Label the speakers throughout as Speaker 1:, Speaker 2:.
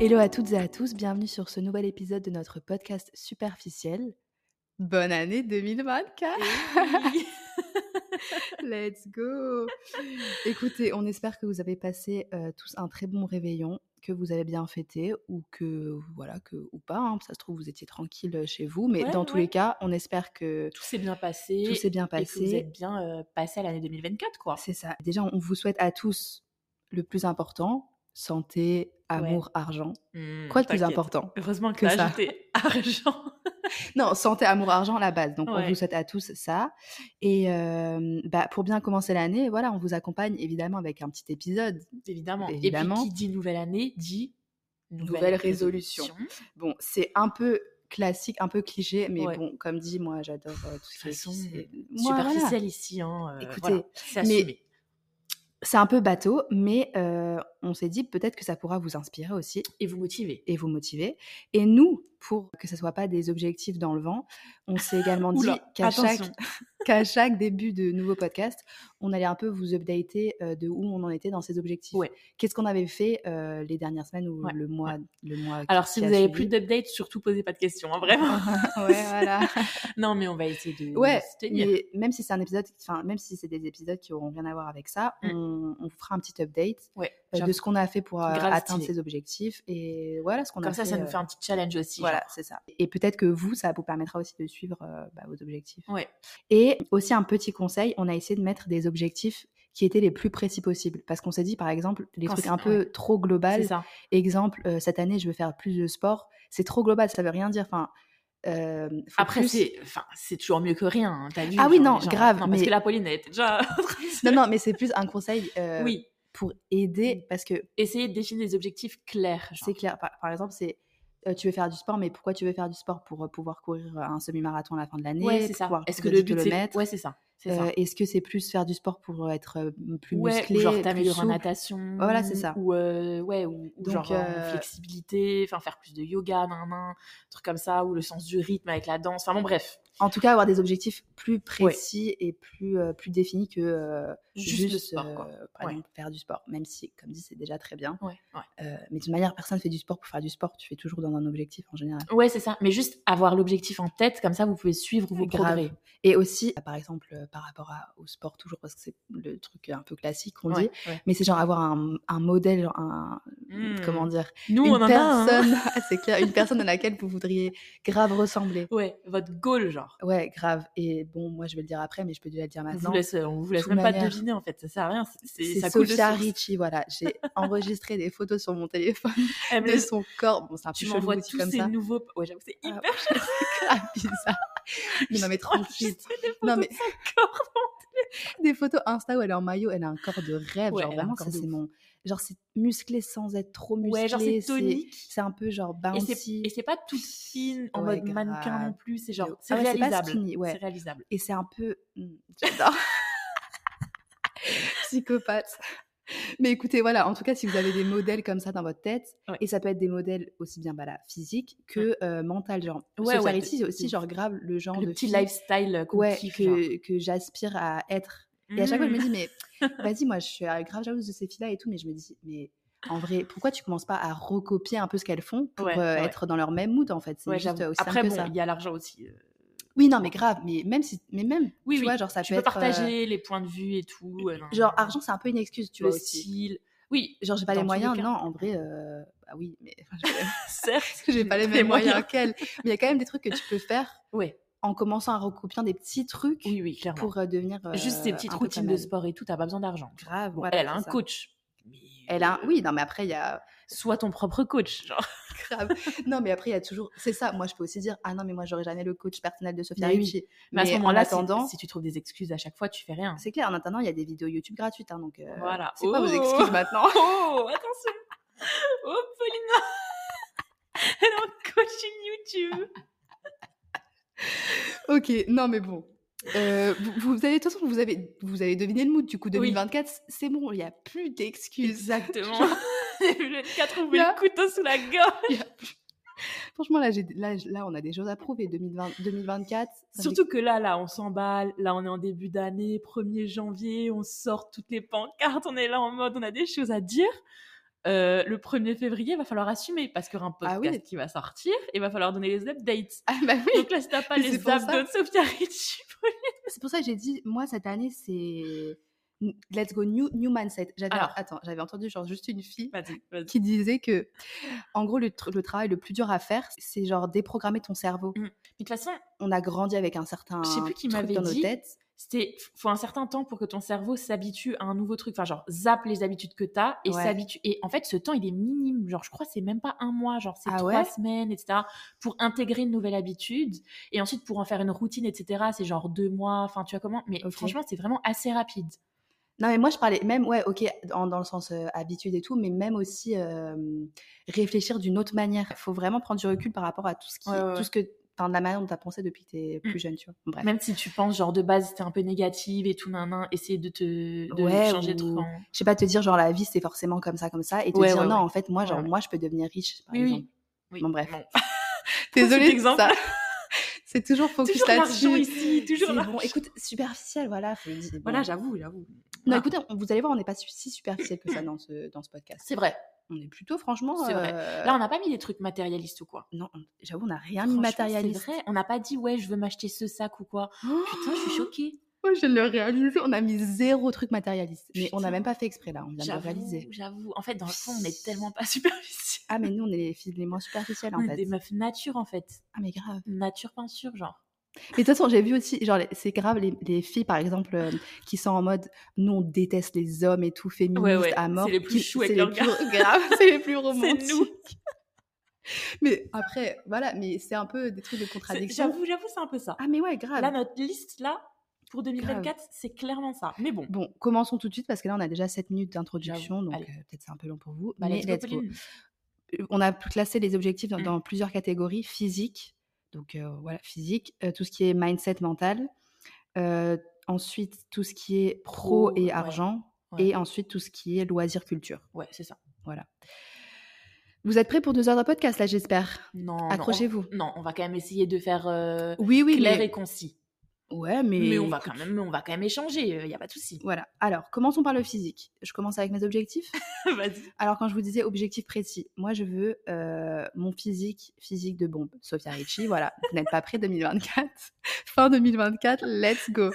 Speaker 1: Hello à toutes et à tous, bienvenue sur ce nouvel épisode de notre podcast superficiel. Eh Bonne année 2024
Speaker 2: Oui.
Speaker 1: Let's go Écoutez, on espère que vous avez passé euh, tous un très bon réveillon, que vous avez bien fêté ou que voilà que ou pas. hein, ça se trouve vous étiez tranquille chez vous, mais
Speaker 2: Ouais,
Speaker 1: dans tous
Speaker 2: ouais.
Speaker 1: les cas, on espère que
Speaker 2: Tout s'est bien passé.
Speaker 1: tout s'est bien
Speaker 2: et que vous
Speaker 1: passé.
Speaker 2: êtes bien euh, passé à l'année 2024, quoi.
Speaker 1: C'est ça. Déjà, on vous souhaite à tous le plus important santé, amour, argent.
Speaker 2: Mmh,
Speaker 1: Quoi de plus important
Speaker 2: Heureusement
Speaker 1: que
Speaker 2: que, t'as
Speaker 1: ça
Speaker 2: ajouté argent.
Speaker 1: Non, santé, amour, argent, la base. Donc, on
Speaker 2: Ouais.
Speaker 1: vous souhaite à tous ça. Et euh, bah, pour bien commencer l'année, voilà, on vous accompagne évidemment avec un petit épisode.
Speaker 2: Évidemment.
Speaker 1: Évidemment.
Speaker 2: Et puis, qui dit nouvelle année dit
Speaker 1: Nouvelle résolution. Bon, c'est un peu classique, un peu cliché, mais
Speaker 2: Ouais.
Speaker 1: bon, comme dit, moi, j'adore euh, tout ce qui est
Speaker 2: façon, euh,
Speaker 1: cliché. Moi, voilà.
Speaker 2: Superficielle ici, hein. euh,
Speaker 1: Écoutez,
Speaker 2: voilà, c'est
Speaker 1: mais-
Speaker 2: assumé.
Speaker 1: C'est un peu bateau, mais euh, on s'est dit peut-être que ça pourra vous inspirer aussi.
Speaker 2: Et vous motiver.
Speaker 1: et vous motiver. Et nous, pour que ce ne soit pas des objectifs dans le vent, on s'est également dit
Speaker 2: Oula,
Speaker 1: qu'à chaque,
Speaker 2: attention.
Speaker 1: qu'à chaque début de nouveau podcast, on allait un peu vous updater euh, de où on en était dans ces objectifs.
Speaker 2: Ouais.
Speaker 1: Qu'est-ce qu'on avait fait euh, les dernières semaines ou
Speaker 2: Ouais,
Speaker 1: le mois, le mois
Speaker 2: Alors,
Speaker 1: qui
Speaker 2: si
Speaker 1: a
Speaker 2: vous n'avez
Speaker 1: suivi.
Speaker 2: plus d'updates, surtout posez pas de questions, hein, vraiment.
Speaker 1: ouais, voilà.
Speaker 2: non, mais on va essayer de
Speaker 1: Ouais,
Speaker 2: se tenir.
Speaker 1: Mais même si c'est un épisode, enfin même si c'est des épisodes qui auront rien à voir avec ça,
Speaker 2: Mm.
Speaker 1: on, on vous fera un petit update
Speaker 2: Ouais,
Speaker 1: euh,
Speaker 2: j'avoue.
Speaker 1: de ce qu'on a fait pour euh,
Speaker 2: Grave
Speaker 1: atteindre
Speaker 2: stylé.
Speaker 1: ces objectifs et voilà ce qu'on a
Speaker 2: Comme ça, ça
Speaker 1: fait,
Speaker 2: nous
Speaker 1: euh,
Speaker 2: fait un petit challenge aussi.
Speaker 1: Voilà, c'est ça. Et peut-être que vous, ça vous permettra aussi de suivre euh, bah, vos objectifs.
Speaker 2: genre. Ouais.
Speaker 1: Et aussi un petit conseil, on a essayé de mettre des objectifs qui étaient les plus précis possibles. Parce qu'on s'est dit, par exemple, les
Speaker 2: Quand
Speaker 1: trucs
Speaker 2: c'est-
Speaker 1: un peu trop global.
Speaker 2: C'est ça.
Speaker 1: Exemple, euh, cette année, je veux faire plus de sport. C'est trop global, ça veut rien dire. Enfin, euh, faut
Speaker 2: Après,
Speaker 1: plus-
Speaker 2: c'est, enfin, c'est toujours mieux que rien. hein, T'as vu
Speaker 1: Ah oui,
Speaker 2: genre,
Speaker 1: non,
Speaker 2: les gens-
Speaker 1: grave,
Speaker 2: Non, parce
Speaker 1: mais-
Speaker 2: que la Pauline, elle était déjà. en train de se-
Speaker 1: Non, non, mais c'est plus un conseil euh,
Speaker 2: Oui,
Speaker 1: pour aider. Parce que
Speaker 2: essayer de définir des objectifs clairs. genre.
Speaker 1: c'est clair, par, par exemple, c'est. euh, tu veux faire du sport, mais pourquoi tu veux faire du sport Pour euh, pouvoir courir un semi-marathon à la fin de l'année
Speaker 2: Ouais, c'est
Speaker 1: pour
Speaker 2: ça.
Speaker 1: pouvoir
Speaker 2: Est-ce que
Speaker 1: courir
Speaker 2: le
Speaker 1: 10
Speaker 2: but, c'est.
Speaker 1: kilomètres.
Speaker 2: Ouais, c'est ça. C'est
Speaker 1: Euh,
Speaker 2: ça.
Speaker 1: Est-ce que c'est plus faire du sport pour être euh, m- plus
Speaker 2: Ouais,
Speaker 1: musclé,
Speaker 2: ou genre
Speaker 1: plus
Speaker 2: t'améliorer en
Speaker 1: souple
Speaker 2: natation.
Speaker 1: Voilà, c'est ça.
Speaker 2: Ou, euh, ouais, ou, ou
Speaker 1: Donc,
Speaker 2: genre en
Speaker 1: euh,
Speaker 2: flexibilité, enfin faire plus de yoga, nan, nan, truc comme ça, ou le sens du rythme avec la danse. Enfin bon, bref.
Speaker 1: En tout cas, avoir des objectifs plus précis et plus, euh, plus définis que euh,
Speaker 2: Juste, le sport, quoi.
Speaker 1: euh, par
Speaker 2: Ouais.
Speaker 1: exemple, faire du sport. Même si, comme dit, c'est déjà très bien.
Speaker 2: Ouais, ouais.
Speaker 1: Euh, mais de toute manière, personne fait du sport pour faire du sport. Tu fais toujours dans un objectif en général.
Speaker 2: Ouais, c'est ça. Mais juste avoir l'objectif en tête, comme ça, vous pouvez suivre vos
Speaker 1: Grave.
Speaker 2: progrès.
Speaker 1: Et aussi, par exemple, euh, par rapport à- au sport, toujours parce que c'est le truc un peu classique qu'on dit.
Speaker 2: Ouais, ouais.
Speaker 1: Mais c'est genre avoir un, un modèle, genre un, comment
Speaker 2: Mm.
Speaker 1: dire,
Speaker 2: Nous,
Speaker 1: une
Speaker 2: on en a un. hein.
Speaker 1: personne, Ah, c'est clair, une personne à laquelle vous voudriez grave ressembler.
Speaker 2: Ouais, votre goal, genre.
Speaker 1: Ouais, grave. Et bon, moi, je vais le dire après, mais je peux déjà le dire
Speaker 2: On
Speaker 1: maintenant.
Speaker 2: vous laisse, euh, on vous laisse
Speaker 1: toute
Speaker 2: même pas
Speaker 1: manière.
Speaker 2: deviner en fait, ça sert à rien. c'est- C'est
Speaker 1: C'est
Speaker 2: ça coule de
Speaker 1: Sophia
Speaker 2: source.
Speaker 1: Richie, voilà. J'ai enregistré des photos sur mon téléphone
Speaker 2: Elle me
Speaker 1: de
Speaker 2: laisse-
Speaker 1: son corps. Bon, c'est un peu
Speaker 2: Tu
Speaker 1: chelou
Speaker 2: m'envoies
Speaker 1: dit
Speaker 2: tous
Speaker 1: comme
Speaker 2: ces
Speaker 1: ça.
Speaker 2: nouveaux. Ouais, j'avoue, c'est hyper.
Speaker 1: Ah, bizarre. Mais non, mais tranquille.
Speaker 2: enregistré des
Speaker 1: Non,
Speaker 2: photos
Speaker 1: mais-
Speaker 2: de son corps.
Speaker 1: Des photos Insta où elle est en maillot, elle a un corps de rêve.
Speaker 2: Ouais,
Speaker 1: genre,
Speaker 2: elle a un
Speaker 1: vraiment,
Speaker 2: corps
Speaker 1: ça,
Speaker 2: de
Speaker 1: c'est
Speaker 2: ouf.
Speaker 1: mon. Genre, c'est musclé sans être trop musclé.
Speaker 2: Ouais, genre c'est tonique.
Speaker 1: C'est un peu genre
Speaker 2: Et
Speaker 1: bouncy.
Speaker 2: c'est- Et c'est pas toute fine en
Speaker 1: Ouais,
Speaker 2: mode mannequin
Speaker 1: grave.
Speaker 2: non plus, c'est genre.
Speaker 1: Ah
Speaker 2: C'est
Speaker 1: ouais, c'est pas
Speaker 2: réalisable.
Speaker 1: skinny, ouais.
Speaker 2: C'est réalisable.
Speaker 1: Et c'est un peu. hmm, J'adore. Psychopathe. Mais écoutez, voilà, en tout cas, si vous avez des modèles comme ça dans votre tête,
Speaker 2: Ouais.
Speaker 1: et ça peut être des modèles aussi bien bah, là, physiques que euh, mental, genre.
Speaker 2: Ouais,
Speaker 1: Sophia
Speaker 2: ouais,
Speaker 1: Richie,
Speaker 2: de-
Speaker 1: c'est
Speaker 2: de
Speaker 1: aussi,
Speaker 2: ouf.
Speaker 1: genre, grave le genre
Speaker 2: Le
Speaker 1: de.
Speaker 2: petit
Speaker 1: fille,
Speaker 2: lifestyle qu'on
Speaker 1: ouais,
Speaker 2: kiffe. genre. Mmh. Mm.
Speaker 1: que, que j'aspire à être. Et à chaque fois, je me dis, mais vas-y, moi, je suis euh, grave jalouse de ces filles-là et tout, mais je me dis, mais. En vrai, pourquoi tu commences pas à recopier un peu ce qu'elles font pour
Speaker 2: Ouais,
Speaker 1: euh,
Speaker 2: ouais.
Speaker 1: être dans leur même mood en fait C'est
Speaker 2: Ouais,
Speaker 1: juste
Speaker 2: j'avoue.
Speaker 1: euh, aussi simple
Speaker 2: Après,
Speaker 1: que
Speaker 2: bon,
Speaker 1: ça.
Speaker 2: il y a l'argent aussi. euh,
Speaker 1: Oui, non, mais grave, mais même si, mais même,
Speaker 2: Oui,
Speaker 1: tu
Speaker 2: oui.
Speaker 1: vois, genre ça
Speaker 2: Tu
Speaker 1: peut
Speaker 2: peux
Speaker 1: être, euh,
Speaker 2: partager les points de vue et tout. euh, nan,
Speaker 1: Genre,
Speaker 2: nan, nan.
Speaker 1: argent, c'est un peu une excuse, tu
Speaker 2: le
Speaker 1: vois aussi.
Speaker 2: style. Oui,
Speaker 1: Genre, j'ai pas
Speaker 2: Dans
Speaker 1: les
Speaker 2: tous les
Speaker 1: moyens,
Speaker 2: cas.
Speaker 1: non, en vrai, euh, bah oui, mais
Speaker 2: certes.
Speaker 1: j'ai pas les mêmes moyens, qu'elle. Mais il y a quand même des trucs que tu peux faire
Speaker 2: Ouais.
Speaker 1: en commençant à recopier des petits trucs
Speaker 2: Oui, oui, clairement.
Speaker 1: pour euh, devenir.
Speaker 2: Juste ces
Speaker 1: euh,
Speaker 2: petites
Speaker 1: un peu
Speaker 2: routines
Speaker 1: comme
Speaker 2: de
Speaker 1: elle.
Speaker 2: sport et tout, t'as pas besoin d'argent.
Speaker 1: Grave,
Speaker 2: Bon,
Speaker 1: voilà,
Speaker 2: elle a
Speaker 1: c'est
Speaker 2: un
Speaker 1: ça.
Speaker 2: coach. mais,
Speaker 1: Elle a un...
Speaker 2: euh,
Speaker 1: Oui, non, mais après, il y a.
Speaker 2: Sois ton propre coach. Genre.
Speaker 1: Grave. Non, mais après, il y a toujours. C'est ça, moi, je peux aussi dire Ah non, mais moi, j'aurais jamais le coach personnel de Sophia
Speaker 2: Mais oui.
Speaker 1: Richie.
Speaker 2: Mais, à ce
Speaker 1: en
Speaker 2: moment-là, si-
Speaker 1: attendant,
Speaker 2: si, tu trouves des excuses à chaque fois, tu fais rien.
Speaker 1: c'est clair, en attendant, il y a des vidéos YouTube gratuites. hein, donc, euh,
Speaker 2: Voilà.
Speaker 1: C'est pas vos
Speaker 2: Oh.
Speaker 1: excuses maintenant.
Speaker 2: Oh, attention Oh, Paulina Elle a un coaching YouTube
Speaker 1: Ok, non mais bon. Euh, vous, vous avez, de toute façon, vous avez, vous avez deviné le mood. Du coup,
Speaker 2: Oui.
Speaker 1: 2024, c'est bon, il n'y a plus d'excuses.
Speaker 2: Exactement Le 4 trouvé
Speaker 1: Là.
Speaker 2: le couteau sous la gorge
Speaker 1: Il y a plus- Franchement, là, j'ai- là, j- là, on a des choses à prouver. 2020, 2024. ça fait-
Speaker 2: Surtout que là, là, on s'emballe, là, on est en début d'année, 1er janvier, on sort toutes les pancartes, on est là en mode, on a des choses à dire. euh, le 1er février, il va falloir assumer parce qu'il y aura un podcast
Speaker 1: Ah oui.
Speaker 2: qui va sortir et il va falloir donner les updates.
Speaker 1: Ah bah oui.
Speaker 2: Donc là, si t'as pas
Speaker 1: Mais
Speaker 2: les
Speaker 1: c'est pour ça.
Speaker 2: updates de Sophia Richie,
Speaker 1: C'est pour ça que j'ai dit, moi, cette année, c'est. Let's go, new, new mindset. J'avais,
Speaker 2: Alors.
Speaker 1: attends, j'avais entendu genre juste une fille
Speaker 2: vas-y, vas-y.
Speaker 1: qui disait que, en gros, le, tr- le travail le plus dur à faire, c'est genre déprogrammer ton cerveau.
Speaker 2: Mais de toute façon,
Speaker 1: On a grandi avec un certain.
Speaker 2: Je sais plus qui
Speaker 1: truc
Speaker 2: m'avait
Speaker 1: dans nos
Speaker 2: dit.
Speaker 1: têtes.
Speaker 2: c'était faut un certain temps pour que ton cerveau s'habitue à un nouveau truc enfin genre zappe les habitudes que t'as et
Speaker 1: Ouais.
Speaker 2: s'habitue et en fait ce temps il est minime genre je crois que c'est même pas un mois genre c'est
Speaker 1: Ah
Speaker 2: trois
Speaker 1: ouais
Speaker 2: semaines etc pour intégrer une nouvelle habitude et ensuite pour en faire une routine etc c'est genre deux mois enfin tu vois comment mais
Speaker 1: Ok.
Speaker 2: franchement c'est vraiment assez rapide
Speaker 1: Non, mais moi, je parlais même, ouais, ok, en- dans le sens euh, habitude et tout, mais même aussi euh, réfléchir d'une autre manière. Il faut vraiment prendre du recul par rapport à tout ce, qui,
Speaker 2: Ouais, ouais, ouais.
Speaker 1: tout ce que. Enfin, de la manière dont t'as pensé depuis que t'es
Speaker 2: Mm.
Speaker 1: plus jeune, tu vois. Bref.
Speaker 2: même si tu penses genre de base c'était un peu négative et tout nan nan essayer de te de
Speaker 1: Ouais,
Speaker 2: changer de truc
Speaker 1: ou-
Speaker 2: en-
Speaker 1: je sais pas te dire genre la vie c'est forcément comme ça comme ça et te
Speaker 2: Ouais,
Speaker 1: dire
Speaker 2: ouais,
Speaker 1: non
Speaker 2: ouais.
Speaker 1: en fait moi genre
Speaker 2: Ouais, ouais.
Speaker 1: moi je peux devenir riche par
Speaker 2: oui
Speaker 1: exemple.
Speaker 2: oui oui
Speaker 1: Bon, bref.
Speaker 2: Bon.
Speaker 1: Désolée
Speaker 2: Cet
Speaker 1: exemple.
Speaker 2: exemple.
Speaker 1: ça. C'est toujours focus
Speaker 2: toujours l'argent
Speaker 1: là-dessus.
Speaker 2: ici toujours
Speaker 1: C'est
Speaker 2: l'argent
Speaker 1: bon, écoute, superficiel, voilà. faut- bon.
Speaker 2: voilà j'avoue j'avoue
Speaker 1: non, écoutez, on- vous allez voir, on n'est pas si- si superficiel que ça dans ce, dans ce podcast.
Speaker 2: c'est vrai
Speaker 1: On est plutôt, franchement.
Speaker 2: C'est vrai.
Speaker 1: euh,
Speaker 2: là on n'a pas mis des trucs matérialistes ou quoi
Speaker 1: Non, on- j'avoue, on n'a rien mis de
Speaker 2: Franchement,
Speaker 1: matérialiste.
Speaker 2: C'est vrai, on n'a pas dit ouais, je veux m'acheter ce sac ou quoi.
Speaker 1: Oh,
Speaker 2: Putain, je suis choquée.
Speaker 1: moi, je le réalise. On a mis zéro truc matérialiste. Mais on n'a
Speaker 2: Putain.
Speaker 1: même pas fait exprès, là. On vient de le
Speaker 2: J'avoue,
Speaker 1: réaliser.
Speaker 2: j'avoue. En fait, dans le fond, on est tellement pas superficiels.
Speaker 1: Ah, mais nous, on est les filles les moins superficielles,
Speaker 2: On
Speaker 1: en
Speaker 2: est
Speaker 1: fait.
Speaker 2: des meufs nature en fait,
Speaker 1: Ah, mais grave.
Speaker 2: nature peinture genre.
Speaker 1: Mais de toute façon, j'ai vu aussi, genre, les- c'est grave, les, les filles, par exemple, euh, qui sont en mode, nous, on déteste les hommes et tout, féministes
Speaker 2: Ouais, ouais,
Speaker 1: à mort.
Speaker 2: c'est les plus
Speaker 1: qui-
Speaker 2: choux avec
Speaker 1: c'est
Speaker 2: leur
Speaker 1: les plus- grave, c'est les plus
Speaker 2: C'est
Speaker 1: romantiques.
Speaker 2: nous.
Speaker 1: Mais après, voilà, mais c'est un peu des trucs de
Speaker 2: C'est-
Speaker 1: contradiction.
Speaker 2: J'avoue, j'avoue, c'est un peu ça.
Speaker 1: Ah, mais ouais, grave.
Speaker 2: Là, notre liste là pour 2024, c'est clairement ça. Mais bon.
Speaker 1: Bon, commençons tout de suite parce que là, on a déjà 7 minutes d'introduction,
Speaker 2: J'avoue,
Speaker 1: donc
Speaker 2: allez.
Speaker 1: euh, peut-être c'est un peu long pour vous.
Speaker 2: Bah,
Speaker 1: mais
Speaker 2: let's go,
Speaker 1: let's go.
Speaker 2: Pauline.
Speaker 1: Euh, On a classé les objectifs dans,
Speaker 2: Mm.
Speaker 1: dans plusieurs catégories physique, donc euh, voilà, physique, euh, tout ce qui est mindset mental, euh, ensuite tout ce qui est pro,
Speaker 2: Pro,
Speaker 1: et
Speaker 2: ouais,
Speaker 1: argent,
Speaker 2: ouais.
Speaker 1: et ensuite tout ce qui est loisir culture.
Speaker 2: Ouais, c'est ça.
Speaker 1: Vous êtes prêts pour deux heures de podcast là, j'espère
Speaker 2: Non. non, on-
Speaker 1: Accrochez-vous.
Speaker 2: Non, on va quand même essayer de faire euh,
Speaker 1: Oui, oui,
Speaker 2: clair
Speaker 1: mais-
Speaker 2: et concis.
Speaker 1: Ouais, mais.
Speaker 2: Mais on va quand
Speaker 1: écoute,
Speaker 2: même, on va quand même échanger. Il y a pas de souci.
Speaker 1: Voilà. Alors, commençons par le physique. Je commence avec mes objectifs.
Speaker 2: Vas-y.
Speaker 1: Alors, quand je vous disais objectif précis, moi, je veux euh, mon physique, physique de bombe. Sophia Ricci, voilà, vous n'êtes pas prêts 2024. Fin 2024, let's go.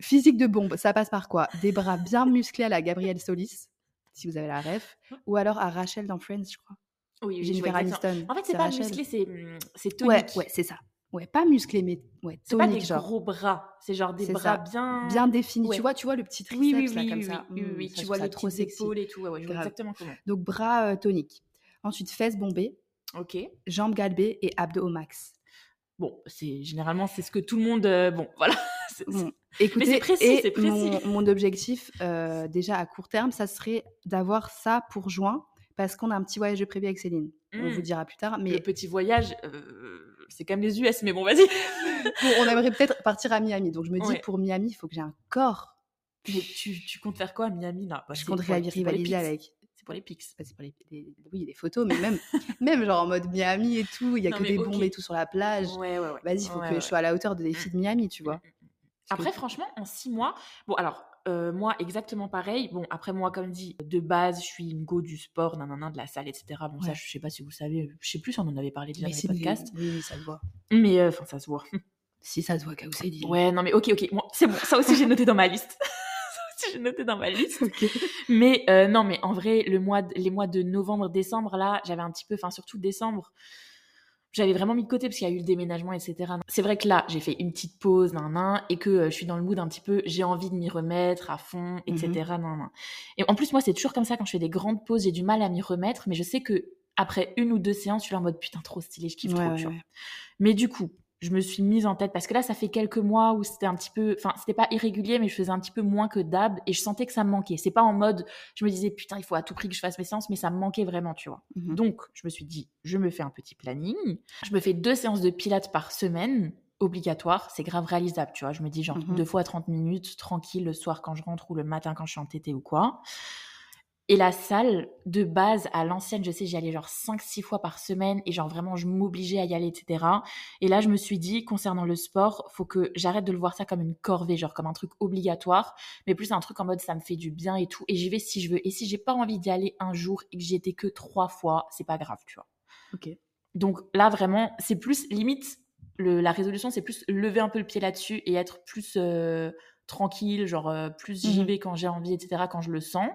Speaker 1: Physique de bombe, ça passe par quoi Des bras bien musclés à la Gabrielle Solis, si vous avez la ref, ou alors à Rachel dans Friends, je crois.
Speaker 2: Oui, oui, je vois
Speaker 1: Jennifer
Speaker 2: exactement.
Speaker 1: Aniston.
Speaker 2: En fait, c'est pas
Speaker 1: Rachel.
Speaker 2: musclé, c'est hum, c'est tonique.
Speaker 1: Ouais, ouais, c'est ça. Ouais, pas musclé, mais ouais,
Speaker 2: C'est pas
Speaker 1: tonique,
Speaker 2: des
Speaker 1: genre.
Speaker 2: gros bras, c'est genre des
Speaker 1: C'est ça.
Speaker 2: bras bien.
Speaker 1: Bien défini.
Speaker 2: Ouais.
Speaker 1: Tu vois, tu vois le petit triceps
Speaker 2: oui, oui, oui,
Speaker 1: là,
Speaker 2: oui,
Speaker 1: comme
Speaker 2: oui,
Speaker 1: ça.
Speaker 2: oui, oui,
Speaker 1: Mm, ça, je
Speaker 2: tu
Speaker 1: trouve
Speaker 2: vois
Speaker 1: ça
Speaker 2: les
Speaker 1: trop
Speaker 2: petites
Speaker 1: sexy.
Speaker 2: épaules et tout. Ouais, ouais, je vois
Speaker 1: Grave.
Speaker 2: exactement comment.
Speaker 1: Donc bras euh, toniques. Ensuite fesses bombées,
Speaker 2: Ok.
Speaker 1: jambes galbées et abdos au max.
Speaker 2: Bon, c'est généralement c'est ce que tout le monde. euh, bon, voilà. C'est- c'est-
Speaker 1: Bon, écoutez,
Speaker 2: c'est précis,
Speaker 1: et
Speaker 2: c'est précis.
Speaker 1: Mon, mon objectif, euh, déjà à court terme, ça serait d'avoir ça pour juin, parce qu'on a un petit voyage de prévu avec Céline. On
Speaker 2: Mm.
Speaker 1: vous dira plus tard,
Speaker 2: Le
Speaker 1: mais
Speaker 2: petit voyage, euh, c'est quand même les US, mais bon, vas-y.
Speaker 1: bon, on aimerait peut-être partir à Miami. Donc je me dis,
Speaker 2: Ouais.
Speaker 1: pour Miami, il faut que j'ai un corps.
Speaker 2: Mais tu, tu comptes faire quoi à Miami là Bah,
Speaker 1: je
Speaker 2: c'est
Speaker 1: compte
Speaker 2: pour- c'est pour les
Speaker 1: rivaliser
Speaker 2: pics.
Speaker 1: avec.
Speaker 2: C'est pour les pics.
Speaker 1: Enfin, c'est pour les, les- oui, les photos, mais même, même genre en mode Miami et tout, il y a
Speaker 2: Non,
Speaker 1: que
Speaker 2: mais
Speaker 1: des
Speaker 2: ok.
Speaker 1: bombes et tout sur la plage.
Speaker 2: Ouais, ouais, ouais.
Speaker 1: Vas-y, il faut
Speaker 2: Ouais,
Speaker 1: que
Speaker 2: ouais. Mm.
Speaker 1: je sois à la hauteur des filles de Miami, tu vois. Parce que-
Speaker 2: Après, franchement, en six mois, bon, alors, euh, moi, exactement pareil. Bon, après, moi, comme dit, de base, je suis une go du sport, nanana, de la salle, etc. Bon, ça,
Speaker 1: Ouais.
Speaker 2: je sais pas si vous savez, je sais plus si on en avait parlé déjà
Speaker 1: mais
Speaker 2: dans
Speaker 1: c'est
Speaker 2: les podcasts,
Speaker 1: Oui, oui, ça se voit.
Speaker 2: mais euh, enfin, ça se voit.
Speaker 1: Si, ça se voit, Kao Céline.
Speaker 2: Ouais, non, mais ok, ok, bon, c'est bon, ça aussi, j'ai noté dans ma liste. ça aussi, j'ai noté dans ma liste.
Speaker 1: Ok.
Speaker 2: Mais euh, non, mais en vrai, le mois de- les mois de novembre, décembre, là, j'avais un petit peu, enfin surtout décembre, j'avais vraiment mis de côté parce qu'il y a eu le déménagement, etc. C'est vrai que là, j'ai fait une petite pause, nan, nan, et que euh, je suis dans le mood un petit peu, j'ai envie de m'y remettre à fond,
Speaker 1: Mhm.
Speaker 2: etc. nan, nan. Et en plus, moi, c'est toujours comme ça quand je fais des grandes pauses, j'ai du mal à m'y remettre, mais je sais que après une ou deux séances, je suis là en mode putain, trop stylé, je kiffe
Speaker 1: Ouais,
Speaker 2: trop,
Speaker 1: ouais,
Speaker 2: tu vois.
Speaker 1: ouais.
Speaker 2: Mais du coup, je me suis mise en tête parce que là, ça fait quelques mois où c'était un petit peu, enfin, c'était pas irrégulier, mais je faisais un petit peu moins que d'hab et je sentais que ça me manquait. C'est pas en mode, je me disais putain, il faut à tout prix que je fasse mes séances, mais ça me manquait vraiment, tu vois.
Speaker 1: Mhm.
Speaker 2: Donc, je me suis dit, je me fais un petit planning. Je me fais deux séances de pilates par semaine, obligatoire. C'est grave réalisable, tu vois. Je me dis genre
Speaker 1: Mhm.
Speaker 2: deux fois 30 minutes, tranquille, le soir quand je rentre ou le matin quand je suis en TT ou quoi. Et la salle, de base, à l'ancienne, je sais, j'y allais genre 5-6 fois par semaine et genre vraiment, je m'obligeais à y aller, etc. Et là, je me suis dit, concernant le sport, faut que j'arrête de le voir ça comme une corvée, genre comme un truc obligatoire, mais plus un truc en mode ça me fait du bien et tout, et j'y vais si je veux. Et si j'ai pas envie d'y aller un jour et que j'y étais que trois fois, c'est pas grave, tu vois.
Speaker 1: Ok.
Speaker 2: Donc là, vraiment, c'est plus limite, le, la résolution, c'est plus lever un peu le pied là-dessus et être plus. euh, tranquille, genre euh, plus j'y
Speaker 1: Mhm.
Speaker 2: vais quand j'ai envie, etc., quand je le sens.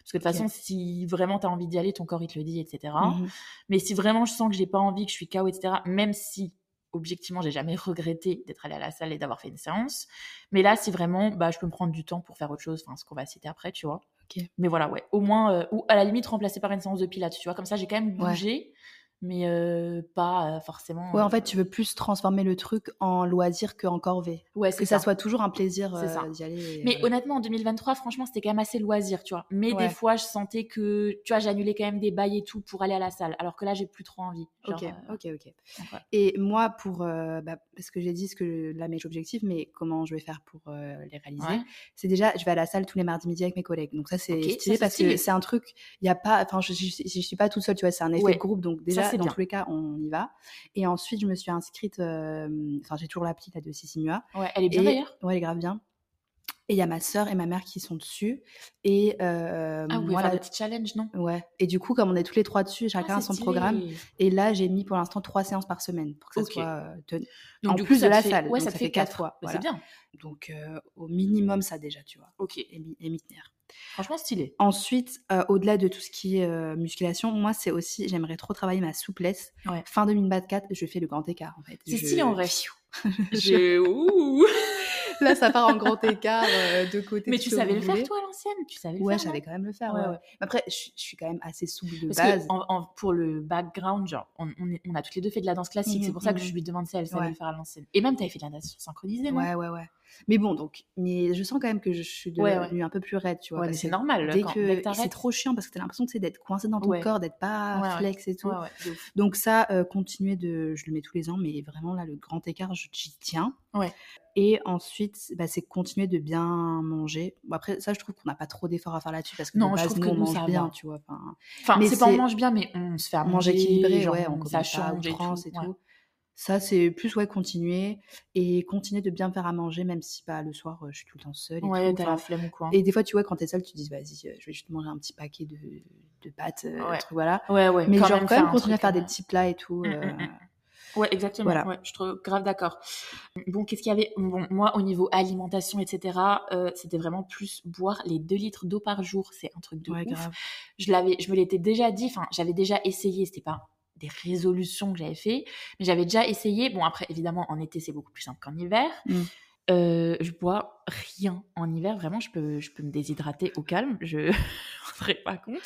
Speaker 2: Parce que de toute
Speaker 1: Ok.
Speaker 2: façon, si vraiment t'as envie d'y aller, ton corps il te le dit, etc.
Speaker 1: Mhm.
Speaker 2: Mais si vraiment je sens que j'ai pas envie, que je suis KO, etc., même si objectivement j'ai jamais regretté d'être allée à la salle et d'avoir fait une séance, mais là, si vraiment bah, je peux me prendre du temps pour faire autre chose, enfin ce qu'on va citer après, tu vois.
Speaker 1: Ok.
Speaker 2: Mais voilà, ouais, au moins, euh, ou à la limite remplacer par une séance de pilates, tu vois, comme ça j'ai quand même
Speaker 1: Ouais.
Speaker 2: bougé, mais euh, pas euh, forcément.
Speaker 1: Ouais, en
Speaker 2: euh,
Speaker 1: fait, tu veux plus transformer le truc en loisir qu'en corvée.
Speaker 2: euh, ouais,
Speaker 1: Que
Speaker 2: c'est
Speaker 1: ça soit toujours un plaisir
Speaker 2: C'est ça.
Speaker 1: euh, d'y aller. et,
Speaker 2: Mais
Speaker 1: euh,
Speaker 2: honnêtement, en 2023, franchement, c'était quand même assez loisir, tu vois. Mais
Speaker 1: Ouais.
Speaker 2: des fois, je sentais que, tu vois, j'annulais quand même des bails et tout pour aller à la salle. Alors que là, j'ai plus trop envie. Genre,
Speaker 1: Ok,
Speaker 2: euh,
Speaker 1: ok, ok.
Speaker 2: donc ouais.
Speaker 1: Et moi, pour. euh, bah, parce que j'ai dit ce que là, mes objectifs, mais comment je vais faire pour euh, les réaliser
Speaker 2: Ouais.
Speaker 1: C'est déjà, je vais à la salle tous les mardis midi avec mes collègues. Donc, ça, c'est
Speaker 2: Ok, ça,
Speaker 1: stylé
Speaker 2: c'est
Speaker 1: parce
Speaker 2: stylé.
Speaker 1: que c'est un truc. Il n'y a pas. Enfin, je ne suis pas toute seule, tu vois, c'est un effet
Speaker 2: Ouais.
Speaker 1: de groupe. Donc, déjà,
Speaker 2: c'est
Speaker 1: dans
Speaker 2: bien.
Speaker 1: tous les cas, on y va. Et ensuite, je me suis inscrite. euh, Enfin, j'ai toujours l'appli là, de Sissimua.
Speaker 2: Ouais, elle est bien
Speaker 1: Et-
Speaker 2: d'ailleurs.
Speaker 1: Ouais, elle est grave bien. Et il y a ma sœur et ma mère qui sont dessus. Et euh,
Speaker 2: Ah, vous pouvez
Speaker 1: moi,
Speaker 2: faire
Speaker 1: là-
Speaker 2: des petits challenges, non
Speaker 1: ouais. Et du coup, comme on est tous les trois dessus,
Speaker 2: Ah,
Speaker 1: chacun a
Speaker 2: c'est
Speaker 1: son
Speaker 2: stylé.
Speaker 1: programme. Et là, j'ai mis pour l'instant trois séances par semaine pour que ça
Speaker 2: Ok.
Speaker 1: soit euh, tenu-
Speaker 2: Donc,
Speaker 1: en
Speaker 2: du coup,
Speaker 1: plus
Speaker 2: ça
Speaker 1: de
Speaker 2: te
Speaker 1: la
Speaker 2: fait-
Speaker 1: salle.
Speaker 2: Ouais,
Speaker 1: donc
Speaker 2: ça te fait quatre
Speaker 1: fois.
Speaker 2: Bah,
Speaker 1: voilà.
Speaker 2: C'est bien.
Speaker 1: Donc euh, au minimum ça déjà, tu vois,
Speaker 2: Ok.
Speaker 1: et, mi- et mi tenir.
Speaker 2: Franchement, stylé.
Speaker 1: Ensuite, euh, au-delà de tout ce qui est euh, musculation, moi c'est aussi, j'aimerais trop travailler ma souplesse.
Speaker 2: Ouais.
Speaker 1: Fin 2024, je fais le grand écart en fait.
Speaker 2: C'est
Speaker 1: Je-
Speaker 2: stylé en vrai.
Speaker 1: je-
Speaker 2: J'ai. Ouh
Speaker 1: Là, ça part en grand écart euh, de côté.
Speaker 2: Mais
Speaker 1: tout
Speaker 2: tu
Speaker 1: ce que
Speaker 2: savais
Speaker 1: vous
Speaker 2: le faire,
Speaker 1: voulez.
Speaker 2: toi, à l'ancienne Tu savais le
Speaker 1: Ouais,
Speaker 2: faire. non
Speaker 1: j'allais quand même le faire.
Speaker 2: Ouais,
Speaker 1: Ouais,
Speaker 2: ouais.
Speaker 1: ouais. Mais Après, je, je suis quand même assez souple de
Speaker 2: Parce
Speaker 1: base.
Speaker 2: que en- en- pour le background, genre, on, on est- on a toutes les deux fait de la danse classique.
Speaker 1: Mhm,
Speaker 2: c'est pour ça que
Speaker 1: mhm.
Speaker 2: je lui demande si elle savait
Speaker 1: Ouais.
Speaker 2: le faire à l'ancienne. Et même, t'avais fait de la danse synchronisée, non
Speaker 1: Ouais, ouais, ouais. Mais bon, donc, mais je sens quand même que je suis
Speaker 2: Ouais,
Speaker 1: devenue un peu plus raide, tu vois.
Speaker 2: Ouais, mais
Speaker 1: parce
Speaker 2: c'est
Speaker 1: que
Speaker 2: normal.
Speaker 1: bah, Dès
Speaker 2: quand,
Speaker 1: que, et c'est
Speaker 2: t'arrêtes.
Speaker 1: trop chiant parce que t'as l'impression tu sais, d'être coincé dans ton
Speaker 2: Ouais.
Speaker 1: corps, d'être pas
Speaker 2: Ouais, ouais.
Speaker 1: flex et tout.
Speaker 2: Ouais, ouais, de ouf.
Speaker 1: Donc ça, euh, continuer de, je le mets tous les ans, mais vraiment là, le grand écart, je- j'y tiens.
Speaker 2: Ouais.
Speaker 1: Et ensuite, bah, c'est continuer de bien manger. Bon, après, ça, je trouve qu'on n'a pas trop d'efforts à faire là-dessus parce que
Speaker 2: Non,
Speaker 1: de
Speaker 2: je
Speaker 1: base,
Speaker 2: trouve
Speaker 1: nous,
Speaker 2: que
Speaker 1: on
Speaker 2: nous,
Speaker 1: mange
Speaker 2: ça
Speaker 1: bien,
Speaker 2: va.
Speaker 1: tu vois. Enfin,
Speaker 2: Enfin,
Speaker 1: Mais
Speaker 2: c'est pas on
Speaker 1: c'est-
Speaker 2: mange bien, mais on se fait à
Speaker 1: on mange
Speaker 2: manger.
Speaker 1: équilibré,
Speaker 2: Mmh, genre,
Speaker 1: ouais, on
Speaker 2: on- ça
Speaker 1: commande pas
Speaker 2: change et tout.
Speaker 1: outrance et tout.
Speaker 2: Ouais.
Speaker 1: Ça, c'est plus ouais, continuer et continuer de bien faire à manger, même si bah, le soir, euh, je suis tout le temps seule et
Speaker 2: Ouais,
Speaker 1: tout.
Speaker 2: t'as la
Speaker 1: Enfin,
Speaker 2: flemme ou quoi.
Speaker 1: et des fois, tu vois, quand t'es seule, tu te dis, vas-y, euh, je vais juste manger un petit paquet de, de pâtes, euh, un
Speaker 2: Ouais.
Speaker 1: truc, voilà.
Speaker 2: Ouais, ouais.
Speaker 1: Mais genre, quand même,
Speaker 2: un
Speaker 1: continuer à
Speaker 2: truc,
Speaker 1: faire des
Speaker 2: euh,
Speaker 1: petits plats et tout.
Speaker 2: Mm, mm,
Speaker 1: euh,
Speaker 2: mm. Ouais, exactement.
Speaker 1: voilà.
Speaker 2: Ouais, je trouve grave d'accord. Bon, qu'est-ce qu'il y avait Bon, moi, au niveau alimentation, etc., euh, c'était vraiment plus boire les 2 litres d'eau par jour. C'est un truc de
Speaker 1: Ouais,
Speaker 2: ouf.
Speaker 1: grave.
Speaker 2: je l'avais je me l'étais déjà dit enfin j'avais déjà essayé c'était pas des résolutions que j'avais fait mais j'avais déjà essayé bon après évidemment en été c'est beaucoup plus simple qu'en hiver
Speaker 1: Mm.
Speaker 2: Euh, je bois rien en hiver vraiment je peux je peux me déshydrater au calme je ne ferai pas compte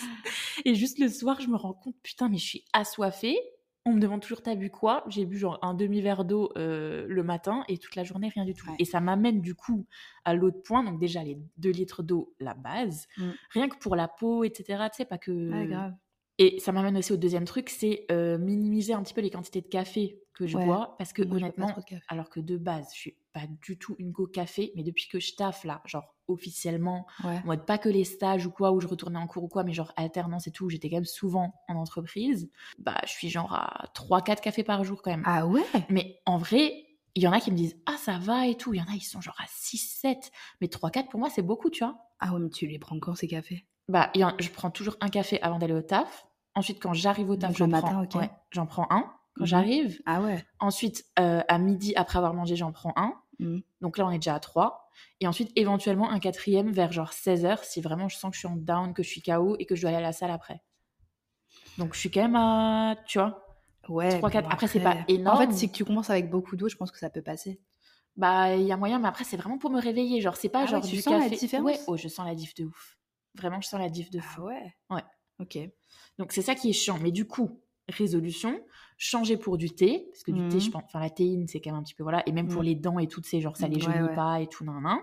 Speaker 2: et juste le soir je me rends compte putain mais je suis assoiffée on me demande toujours t'as bu quoi J'ai bu genre un demi-verre d'eau euh, le matin et toute la journée rien du tout.
Speaker 1: Ouais.
Speaker 2: Et ça m'amène du coup à l'autre point, donc déjà les 2 litres d'eau, la base,
Speaker 1: Mm.
Speaker 2: rien que pour la peau, etc. Tu sais, pas que.
Speaker 1: Ouais, grave.
Speaker 2: Et ça m'amène aussi au deuxième truc, c'est euh, minimiser un petit peu les quantités de café que je
Speaker 1: Ouais.
Speaker 2: bois, parce que
Speaker 1: Moi, je bois pas
Speaker 2: honnêtement,
Speaker 1: trop de café.
Speaker 2: alors que de base, je suis pas du tout une go café, mais depuis que je taffe là, genre officiellement,
Speaker 1: Ouais.
Speaker 2: en mode pas que les stages ou quoi, où je retournais en cours ou quoi, mais genre alternance et tout, où j'étais quand même souvent en entreprise, bah je suis genre à 3-4 cafés par jour quand même.
Speaker 1: Ah ouais
Speaker 2: Mais en vrai, il y en a qui me disent Ah, ça va et tout. Il y en a, ils sont genre à 6-7. Mais 3-4, pour moi, c'est beaucoup, tu vois.
Speaker 1: Ah ouais, mais tu les prends quand ces cafés
Speaker 2: Bah, il y en- je prends toujours un café avant d'aller au taf. Ensuite, quand j'arrive au taf,
Speaker 1: Donc le
Speaker 2: j'en prends,
Speaker 1: matin, ok.
Speaker 2: ouais, j'en prends un. Quand
Speaker 1: Mhm.
Speaker 2: j'arrive,
Speaker 1: Ah ouais
Speaker 2: ensuite euh, à midi après avoir mangé, j'en prends un.
Speaker 1: Mhm.
Speaker 2: Donc là, on est déjà à 3. Et ensuite, éventuellement, un quatrième vers genre 16h si vraiment je sens que je suis en down, que je suis KO et que je dois aller à la salle après. Donc je suis quand même à, tu vois,
Speaker 1: Ouais.
Speaker 2: 3-4.
Speaker 1: bon, euh,
Speaker 2: Après, c'est pas
Speaker 1: En
Speaker 2: énorme.
Speaker 1: fait, si tu commences avec beaucoup d'eau, je pense que ça peut passer.
Speaker 2: Bah, il y a moyen, mais après, c'est vraiment pour me réveiller. Genre, c'est pas
Speaker 1: Ah ouais,
Speaker 2: genre
Speaker 1: tu
Speaker 2: du
Speaker 1: sens la
Speaker 2: café.
Speaker 1: différence Ah
Speaker 2: ouais, oh, je sens la diff de ouf. Vraiment, je sens la diff de fou.
Speaker 1: ouais
Speaker 2: Ah Ouais.
Speaker 1: Ok.
Speaker 2: Donc, c'est ça qui est chiant. Mais du coup, résolution, changer pour du thé, parce que du thé,
Speaker 1: Mhm.
Speaker 2: je pense, enfin, la théine, c'est quand même un petit peu, voilà, et même pour
Speaker 1: Mhm.
Speaker 2: les dents et toutes ces, genre, ça les
Speaker 1: Ouais,
Speaker 2: jaunit
Speaker 1: ouais.
Speaker 2: pas et tout, nan, nan.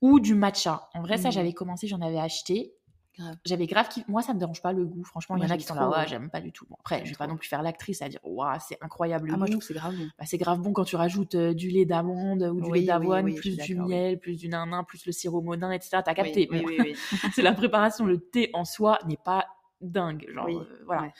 Speaker 2: Ou du matcha. En vrai, ça,
Speaker 1: Mhm.
Speaker 2: j'avais commencé, j'en avais acheté.
Speaker 1: Grave.
Speaker 2: J'avais grave qui... Moi, ça me dérange pas le goût. Franchement, il y
Speaker 1: Moi,
Speaker 2: en a
Speaker 1: j'aime
Speaker 2: qui sont là,
Speaker 1: trop,
Speaker 2: ouais,
Speaker 1: ouais.
Speaker 2: j'aime pas du tout. Bon, après, je vais pas
Speaker 1: trop.
Speaker 2: non plus faire l'actrice à dire, waouh, c'est incroyable. le
Speaker 1: Ah, moi, je
Speaker 2: goût.
Speaker 1: trouve que c'est grave bon.
Speaker 2: Bah, c'est grave bon quand tu rajoutes euh, du lait d'amande ou du
Speaker 1: Oui,
Speaker 2: lait
Speaker 1: oui,
Speaker 2: d'avoine,
Speaker 1: oui, je
Speaker 2: plus
Speaker 1: suis
Speaker 2: du
Speaker 1: d'accord, oui.
Speaker 2: miel, plus du nanin, plus le sirop monin, etc. T'as capté.
Speaker 1: Oui,
Speaker 2: Bon,
Speaker 1: oui, oui. oui.
Speaker 2: c'est la préparation. Le thé en soi n'est pas dingue. Genre,
Speaker 1: Oui,
Speaker 2: euh, voilà.
Speaker 1: ouais.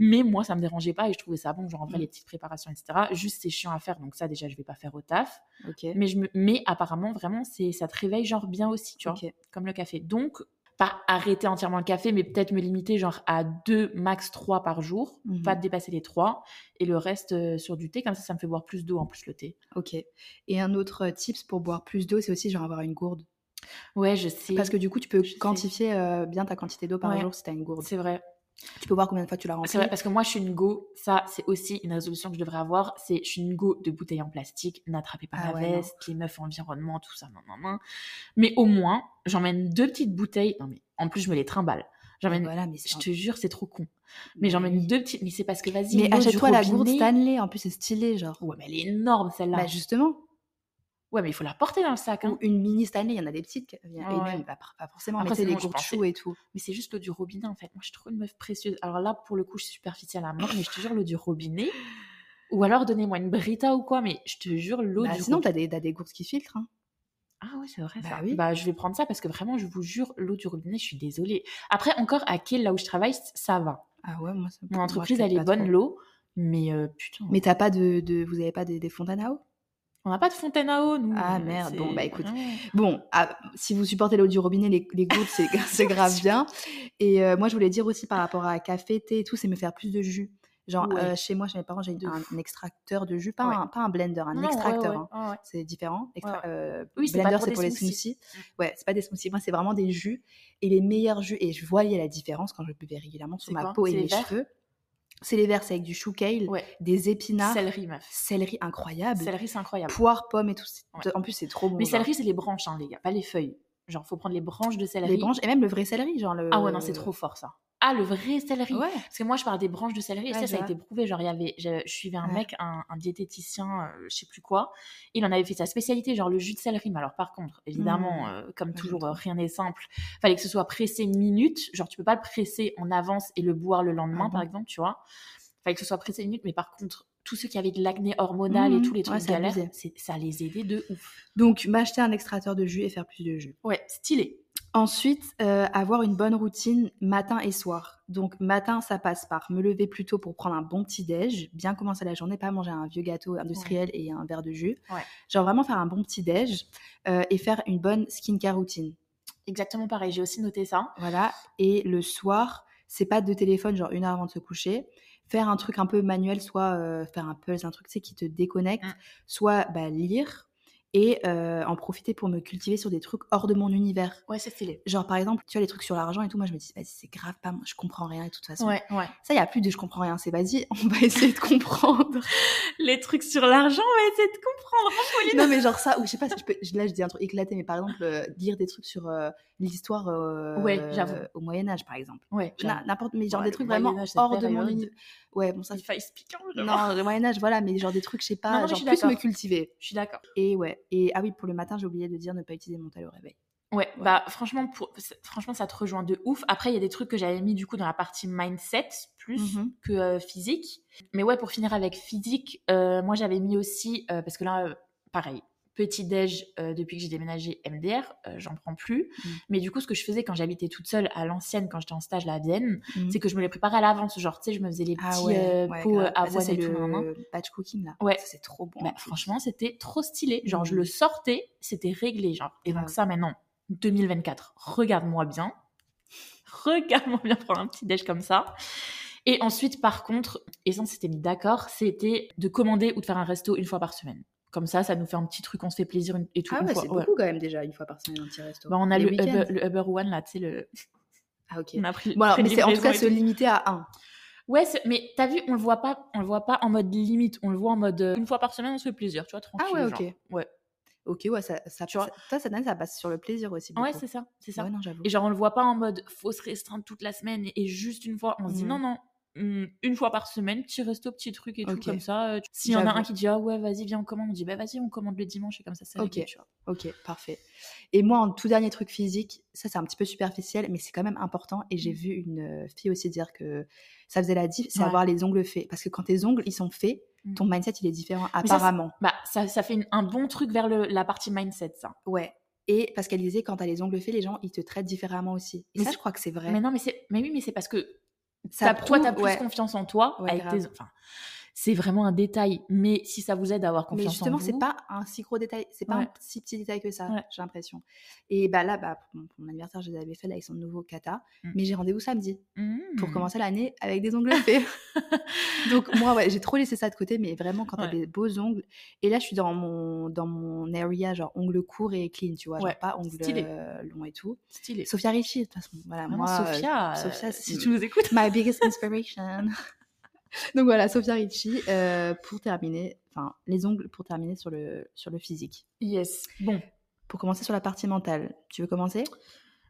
Speaker 2: Mais moi, ça me dérangeait pas et je trouvais ça bon. Genre, en vrai,
Speaker 1: Mm.
Speaker 2: les petites préparations, etc. Juste, c'est chiant à faire. Donc, ça, déjà, je vais pas faire au taf.
Speaker 1: Ok.
Speaker 2: Mais, je me... mais apparemment, vraiment, c'est ça te réveille, genre, bien aussi, tu vois,
Speaker 1: Ok.
Speaker 2: comme le café. Donc, pas arrêter entièrement le café, mais peut-être me limiter, genre, à deux, max trois par jour.
Speaker 1: Mhm.
Speaker 2: Pas dépasser les trois. Et le reste euh, sur du thé. Comme ça, ça me fait boire plus d'eau en plus le thé.
Speaker 1: Ok. Et un autre euh, tips pour boire plus d'eau, c'est aussi genre avoir une gourde.
Speaker 2: Ouais, je sais.
Speaker 1: Parce que du coup, tu peux
Speaker 2: Je sais.
Speaker 1: quantifier euh, bien ta quantité d'eau par
Speaker 2: Ouais.
Speaker 1: jour si tu as une gourde.
Speaker 2: c'est vrai.
Speaker 1: Tu peux voir combien de fois tu l'as
Speaker 2: C'est
Speaker 1: remplie.
Speaker 2: vrai, parce que moi, je suis une go. Ça, c'est aussi une résolution que je devrais avoir. C'est, je suis une go de bouteilles en plastique. N'attrapez pas
Speaker 1: Ah
Speaker 2: la
Speaker 1: ouais, non.
Speaker 2: veste, les meufs, environnement, tout ça, non, non, non. Mais au moins, j'emmène deux petites bouteilles. Non, mais en plus, je me les trimballe.
Speaker 1: Mais
Speaker 2: J'emmène.
Speaker 1: Voilà, mais
Speaker 2: Ah, Je
Speaker 1: c'est
Speaker 2: te jure, c'est trop con. Mais
Speaker 1: Mais
Speaker 2: j'emmène
Speaker 1: oui.
Speaker 2: deux petites. Mais c'est parce que vas-y.
Speaker 1: Mais
Speaker 2: l'eau du
Speaker 1: achète-toi la gourde
Speaker 2: robinet-
Speaker 1: Stanley, en plus c'est stylé, genre.
Speaker 2: Ouais, mais elle est énorme celle-là.
Speaker 1: Bah justement,
Speaker 2: Ouais, mais il faut la porter dans le sac. Hein.
Speaker 1: ou une mini Stanley, il y en a des petites, qui- il y a-
Speaker 2: Ah
Speaker 1: et
Speaker 2: ouais.
Speaker 1: même pas, pas forcément,
Speaker 2: Après,
Speaker 1: mais c'est
Speaker 2: sinon,
Speaker 1: les
Speaker 2: je
Speaker 1: gourdes
Speaker 2: pensais-
Speaker 1: choux et tout.
Speaker 2: Mais c'est juste l'eau du robinet en fait. Moi, je suis trop une meuf précieuse. Alors là, pour le coup, je suis superficielle à mort, mais je te jure l'eau du robinet. Ou alors donnez-moi une Brita ou quoi, mais je te jure l'eau
Speaker 1: Bah,
Speaker 2: du
Speaker 1: sinon, t'as
Speaker 2: robinet.
Speaker 1: des, t'as des gourdes qui filtrent. hein.
Speaker 2: Ah ouais, c'est vrai
Speaker 1: Bah
Speaker 2: ça.
Speaker 1: oui.
Speaker 2: Bah je vais prendre ça parce que vraiment, je vous jure, l'eau du robinet, je suis désolée. Après, encore à Kiel, là où je travaille, c- ça va.
Speaker 1: Ah ouais, moi, ça
Speaker 2: Mon
Speaker 1: moi,
Speaker 2: entreprise,
Speaker 1: peut-être
Speaker 2: elle est
Speaker 1: pas
Speaker 2: bonne
Speaker 1: trop.
Speaker 2: l'eau, mais euh, putain.
Speaker 1: Mais t'as pas de, de- vous avez pas des, des fontaines à eau
Speaker 2: on n'a pas de fontaine à eau, nous. Euh,
Speaker 1: Ah, merde.
Speaker 2: c'est-
Speaker 1: Bon, bah, écoute.
Speaker 2: Ouais.
Speaker 1: Bon, ah, si vous supportez l'eau du robinet, les, les gourdes, c'est c'est grave bien. Et euh, moi, je voulais dire aussi par rapport à café, thé et tout, c'est me faire plus de jus. Genre,
Speaker 2: Ouais.
Speaker 1: euh, chez moi, chez mes parents, j'ai
Speaker 2: De
Speaker 1: un,
Speaker 2: fou.
Speaker 1: un extracteur de jus, pas,
Speaker 2: Ouais.
Speaker 1: un, pas un blender, un
Speaker 2: Non, ouais,
Speaker 1: extracteur.
Speaker 2: ouais,
Speaker 1: hein.
Speaker 2: ouais, ouais.
Speaker 1: C'est différent. Extra-
Speaker 2: Ouais.
Speaker 1: euh,
Speaker 2: Oui, c'est pas
Speaker 1: blender,
Speaker 2: pour
Speaker 1: c'est
Speaker 2: des
Speaker 1: pour les
Speaker 2: smoothies. Mmh.
Speaker 1: smoothies. Ouais, c'est pas des smoothies. Moi, c'est vraiment des jus. Et les meilleurs jus, et je voyais la différence quand je buvais régulièrement sur
Speaker 2: C'est
Speaker 1: ma
Speaker 2: quoi
Speaker 1: peau et
Speaker 2: C'est les
Speaker 1: mes
Speaker 2: verts
Speaker 1: cheveux. C'est les verts, c'est avec du chou kale,
Speaker 2: Ouais.
Speaker 1: des épinards,
Speaker 2: Céleri, meuf.
Speaker 1: céleri incroyable,
Speaker 2: Céleri, c'est incroyable.
Speaker 1: poire, pomme et tout. C'est-
Speaker 2: Ouais.
Speaker 1: En plus, c'est trop bon.
Speaker 2: Mais
Speaker 1: genre.
Speaker 2: céleri, c'est les branches, hein, les gars, pas les feuilles. Genre, faut prendre les branches de céleri.
Speaker 1: les branches euh, et même le vrai céleri genre le
Speaker 2: Ah ouais, non, c'est trop fort ça. Ah, le vrai céleri.
Speaker 1: ouais
Speaker 2: Parce que moi, je parle des branches de céleri, et
Speaker 1: Ouais,
Speaker 2: ça,
Speaker 1: je
Speaker 2: ça a
Speaker 1: vois.
Speaker 2: été prouvé. Genre, il y avait, je, je suivais un
Speaker 1: Ouais.
Speaker 2: mec, un, un diététicien, euh, je sais plus quoi. Il en avait fait sa spécialité, genre le jus de céleri. Mais alors, par contre, évidemment,
Speaker 1: Mm.
Speaker 2: euh, comme
Speaker 1: j'aime
Speaker 2: toujours,
Speaker 1: trop.
Speaker 2: euh, rien n'est simple. Fallait que ce soit pressé minute. Genre, tu peux pas le presser en avance et le boire le lendemain,
Speaker 1: Ah
Speaker 2: par
Speaker 1: bon
Speaker 2: exemple, tu vois. Fallait que ce soit pressé minute. Mais par contre, tous ceux qui avaient de l'acné hormonal et
Speaker 1: Mhm.
Speaker 2: tous les
Speaker 1: Ouais,
Speaker 2: trucs
Speaker 1: c'est
Speaker 2: galères,
Speaker 1: abusé.
Speaker 2: c'est- ça les aidait de ouf.
Speaker 1: donc m'acheter un extracteur de jus et faire plus de jus
Speaker 2: Ouais, stylé.
Speaker 1: ensuite euh, avoir une bonne routine matin et soir donc matin ça passe par me lever plus tôt pour prendre un bon petit déj bien commencer la journée pas manger un vieux gâteau industriel et un verre de jus
Speaker 2: Ouais.
Speaker 1: genre vraiment faire un bon petit déj euh, et faire une bonne skincare routine
Speaker 2: Exactement pareil. J'ai aussi noté ça.
Speaker 1: voilà et le soir c'est pas de téléphone genre une heure avant de se coucher faire un truc un peu manuel soit euh, faire un puzzle un truc tu sais, qui te déconnecte
Speaker 2: Mm.
Speaker 1: soit bah, lire et euh, en profiter pour me cultiver sur des trucs hors de mon univers
Speaker 2: Ouais, c'est stylé.
Speaker 1: genre par exemple tu vois les trucs sur l'argent et tout moi je me dis vas-y c'est grave pas moi, je comprends rien et de toute façon
Speaker 2: Ouais, ouais.
Speaker 1: ça y a plus de je comprends rien c'est vas-y on va essayer de comprendre
Speaker 2: Les trucs sur l'argent, on va essayer de comprendre.
Speaker 1: non mais genre ça ou je sais pas si je peux là je dis un truc éclaté mais par exemple euh, lire des trucs sur euh, l'histoire euh,
Speaker 2: Ouais, j'avoue.
Speaker 1: au Moyen Âge par exemple
Speaker 2: Ouais,
Speaker 1: Na- n'importe mais genre
Speaker 2: Ouais,
Speaker 1: des
Speaker 2: le
Speaker 1: trucs
Speaker 2: Moyen
Speaker 1: vraiment
Speaker 2: Âge, cette
Speaker 1: hors de mon
Speaker 2: période.
Speaker 1: univers ouais bon ça
Speaker 2: Il faille se piquer, vraiment.
Speaker 1: non le Moyen Âge voilà mais genre des trucs je sais
Speaker 2: Non,
Speaker 1: pas
Speaker 2: non, mais je
Speaker 1: genre
Speaker 2: suis
Speaker 1: plus me
Speaker 2: d'accord.
Speaker 1: cultiver
Speaker 2: Je suis d'accord.
Speaker 1: et ouais et ah oui pour le matin j'ai oublié de dire ne pas utiliser mon mental au réveil
Speaker 2: Ouais, bah franchement, pour, c'est- franchement, ça te rejoint de ouf. Après, il y a des trucs que j'avais mis du coup dans la partie mindset plus
Speaker 1: Mhm.
Speaker 2: que euh, physique. Mais ouais, pour finir avec physique, euh, moi j'avais mis aussi euh, parce que là, euh, pareil. Petit déj euh, depuis que j'ai déménagé MDR, euh, j'en prends plus.
Speaker 1: Mhm.
Speaker 2: Mais du coup, ce que je faisais quand j'habitais toute seule à l'ancienne, quand j'étais en stage là à Vienne,
Speaker 1: Mhm.
Speaker 2: c'est que je me les préparais à l'avance. Genre, tu sais, je me faisais les petits euh, pots
Speaker 1: Ah grave.
Speaker 2: euh,
Speaker 1: Ah, ça,
Speaker 2: avoine
Speaker 1: c'est
Speaker 2: et tout. nan, nan.
Speaker 1: le batch cooking là
Speaker 2: Ouais.
Speaker 1: Ça, c'est trop bon
Speaker 2: Bah,
Speaker 1: en plus.
Speaker 2: franchement, c'était trop stylé. Genre, je
Speaker 1: Mhm.
Speaker 2: le sortais, c'était réglé. Genre. Et donc,
Speaker 1: Grave.
Speaker 2: ça, maintenant, 2024, regarde-moi bien. Regarde-moi bien prendre un petit déj comme ça. Et ensuite, par contre, et ça, on s'était mis d'accord, c'était de commander ou de faire un resto une fois par semaine. Comme ça, ça nous fait un petit truc, on se fait plaisir une- et tout.
Speaker 1: ah
Speaker 2: une
Speaker 1: ouais
Speaker 2: fois.
Speaker 1: c'est
Speaker 2: Ouais.
Speaker 1: beaucoup quand même déjà une fois par semaine un petit resto
Speaker 2: Bah, on a
Speaker 1: Les
Speaker 2: le Uber,
Speaker 1: week-ends.
Speaker 2: le Uber One, là, tu sais, le...
Speaker 1: ah ok
Speaker 2: on a pris
Speaker 1: bon alors
Speaker 2: pris
Speaker 1: mais
Speaker 2: une
Speaker 1: c'est en tout
Speaker 2: livraison
Speaker 1: cas
Speaker 2: et
Speaker 1: se
Speaker 2: tout. Ah
Speaker 1: limiter à un
Speaker 2: Ouais, c'est- mais t'as vu, on le voit pas, on le voit pas en mode limite, on le voit en mode euh, une fois par semaine, on se fait plaisir, tu vois, tranquille.
Speaker 1: ah ouais
Speaker 2: genre.
Speaker 1: ok
Speaker 2: Ouais.
Speaker 1: ok ouais ça ça
Speaker 2: Tu vois.
Speaker 1: ça- toi cette année ça passe sur le plaisir aussi
Speaker 2: Ah Ouais,
Speaker 1: beaucoup.
Speaker 2: c'est ça, c'est ça.
Speaker 1: ouais non j'avoue
Speaker 2: Et genre, on le voit pas en mode faut se restreindre toute la semaine et juste une fois. On se dit
Speaker 1: Mhm.
Speaker 2: non, non, une fois par semaine, petit resto, petit truc et tout,
Speaker 1: Ok.
Speaker 2: comme ça. euh, tu- S'il y en a
Speaker 1: J'avoue.
Speaker 2: un qui dit, ah ouais, vas-y, viens, on commande, on dit, bah vas-y, on commande le dimanche, et comme ça, c'est
Speaker 1: Ok.
Speaker 2: réglé, tu vois.
Speaker 1: Ok, parfait. Et moi, en tout dernier truc physique, ça c'est un petit peu superficiel, mais c'est quand même important. Et j'ai
Speaker 2: Mm.
Speaker 1: vu une euh, fille aussi dire que ça faisait la diff, c'est
Speaker 2: Ouais.
Speaker 1: avoir les ongles faits. Parce que quand tes ongles, ils sont faits,
Speaker 2: Mm.
Speaker 1: ton mindset, il est différent,
Speaker 2: ça, c'est-
Speaker 1: apparemment.
Speaker 2: Bah, ça, ça fait une- un bon truc vers le- la partie mindset, ça.
Speaker 1: Ouais. Et parce qu'elle disait, quand t'as les ongles faits, les gens, ils te traitent différemment aussi. Et
Speaker 2: Mais
Speaker 1: ça,
Speaker 2: c'est-
Speaker 1: je crois que c'est vrai.
Speaker 2: Mais non, mais c'est, mais oui, mais c'est parce que
Speaker 1: Ça
Speaker 2: t'as- toi,
Speaker 1: prouve-
Speaker 2: t'as plus
Speaker 1: ouais.
Speaker 2: confiance en toi
Speaker 1: Ouais,
Speaker 2: avec
Speaker 1: grave.
Speaker 2: tes- enfin, c'est vraiment un détail, mais si ça vous aide à avoir
Speaker 1: Mais
Speaker 2: confiance en
Speaker 1: justement,
Speaker 2: vous.
Speaker 1: c'est pas un si gros détail, c'est pas
Speaker 2: Ouais.
Speaker 1: un si petit détail que ça,
Speaker 2: Ouais.
Speaker 1: j'ai l'impression. Et bah là, bah, pour, mon, pour mon anniversaire, je les avais fait là, avec son nouveau kata,
Speaker 2: Mm.
Speaker 1: mais j'ai rendez-vous samedi
Speaker 2: Mmh.
Speaker 1: pour commencer l'année avec des ongles faits. Donc moi, ouais, j'ai trop laissé ça de côté, mais vraiment quand t'as
Speaker 2: Ouais.
Speaker 1: des beaux ongles. Et là, je suis dans mon dans mon area genre ongles courts et clean, tu vois,
Speaker 2: Ouais,
Speaker 1: genre pas ongles
Speaker 2: stylé.
Speaker 1: euh, longs et tout.
Speaker 2: Stylé.
Speaker 1: Sophia Richie, de toute façon, voilà,
Speaker 2: Vraiment,
Speaker 1: moi, euh,
Speaker 2: Sophia, euh,
Speaker 1: Sophia,
Speaker 2: si
Speaker 1: c'est-
Speaker 2: tu nous écoutes.
Speaker 1: My biggest inspiration. Donc voilà, Sophia Richie, euh, pour terminer, enfin, les ongles pour terminer sur le, sur le physique.
Speaker 2: Yes. Bon.
Speaker 1: Pour commencer sur la partie mentale, tu veux commencer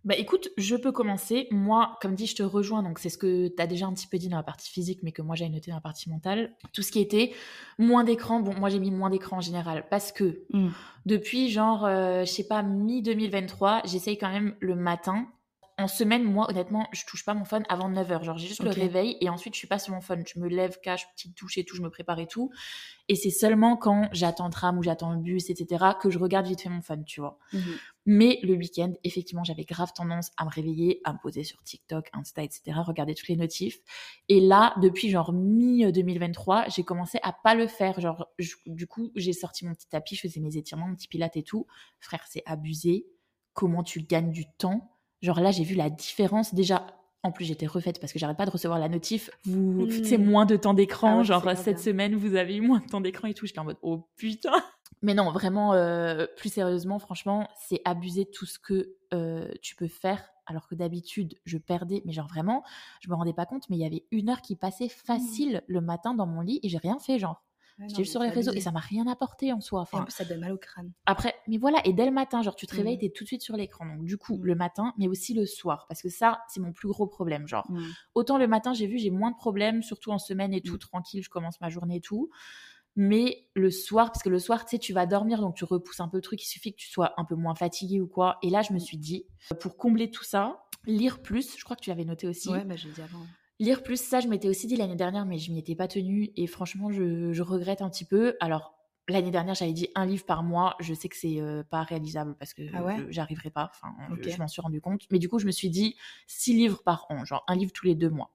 Speaker 2: Bah écoute, je peux commencer. Moi, comme dit, je te rejoins. Donc c'est ce que tu as déjà un petit peu dit dans la partie physique, mais que moi j'ai noté dans la partie mentale. Tout ce qui était moins d'écran. Bon, moi j'ai mis moins d'écran en général parce que
Speaker 1: Mm.
Speaker 2: depuis genre, euh, je sais pas, mi-2023, j'essaye quand même le matin. En semaine, moi honnêtement, je touche pas mon phone avant 9h. Genre j'ai juste le
Speaker 1: Ok.
Speaker 2: réveil et ensuite je suis pas sur mon phone. Je me lève, cache, petite douche et tout, je me prépare et tout. Et c'est seulement quand j'attends le tram ou j'attends le bus, etc., que je regarde vite fait mon phone, tu vois. Mais le week-end, effectivement, j'avais grave tendance à me réveiller, à me poser sur TikTok, Insta, etc., regarder toutes les notifs. Et là, depuis genre mi-2023, j'ai commencé à pas le faire. Genre, je- du coup, j'ai sorti mon petit tapis, je faisais mes étirements, mon petit pilate et tout. Frère, c'est abusé. Comment tu gagnes du temps Genre là, j'ai vu la différence déjà. En plus, j'étais refaite parce que j'arrête pas de recevoir la notif. Vous,
Speaker 1: Mm.
Speaker 2: tu sais, moins de temps d'écran.
Speaker 1: Ah ouais,
Speaker 2: genre,
Speaker 1: c'est grave
Speaker 2: cette
Speaker 1: bien.
Speaker 2: semaine, vous avez eu moins de temps d'écran et tout. J'étais en mode, oh putain. Mais non, vraiment, euh, plus sérieusement, franchement, c'est abuser de tout ce que euh, tu peux faire. Alors que d'habitude, je perdais, mais genre vraiment, je me rendais pas compte, mais il y avait une heure qui passait facile le matin dans mon lit et j'ai rien fait, genre. J'étais juste sur les réseaux et ça m'a rien apporté en soi.
Speaker 1: Et en
Speaker 2: Enfin,
Speaker 1: plus, ça donne mal au crâne.
Speaker 2: après, mais voilà, et dès le matin, genre tu te
Speaker 1: Mhm.
Speaker 2: réveilles, t'es tout de suite sur l'écran. Donc du coup,
Speaker 1: Mhm.
Speaker 2: le matin, mais aussi le soir, parce que ça, c'est mon plus gros problème, genre. Autant le matin, j'ai vu, j'ai moins de problèmes, surtout en semaine et tout,
Speaker 1: Mm.
Speaker 2: tranquille, je commence ma journée et tout. Mais le soir, parce que le soir, tu sais, tu vas dormir, donc tu repousses un peu le truc, il suffit que tu sois un peu moins fatigué ou quoi. Et là,
Speaker 1: Mm.
Speaker 2: je me suis dit, pour combler tout ça, lire plus, je crois que tu l'avais noté aussi.
Speaker 1: Ouais, bah, je le dis avant.
Speaker 2: Lire plus, ça, je m'étais aussi dit l'année dernière, mais je m'y étais pas tenue. Et franchement, je, je regrette un petit peu. Alors, l'année dernière, j'avais dit un livre par mois. Je sais que c'est euh, pas réalisable parce que
Speaker 1: Ah ouais
Speaker 2: je- j'arriverai pas. Enfin, je-
Speaker 1: Ok.
Speaker 2: je, m'en suis rendu compte. Mais du coup, je me suis dit six livres par an, genre un livre tous les deux mois.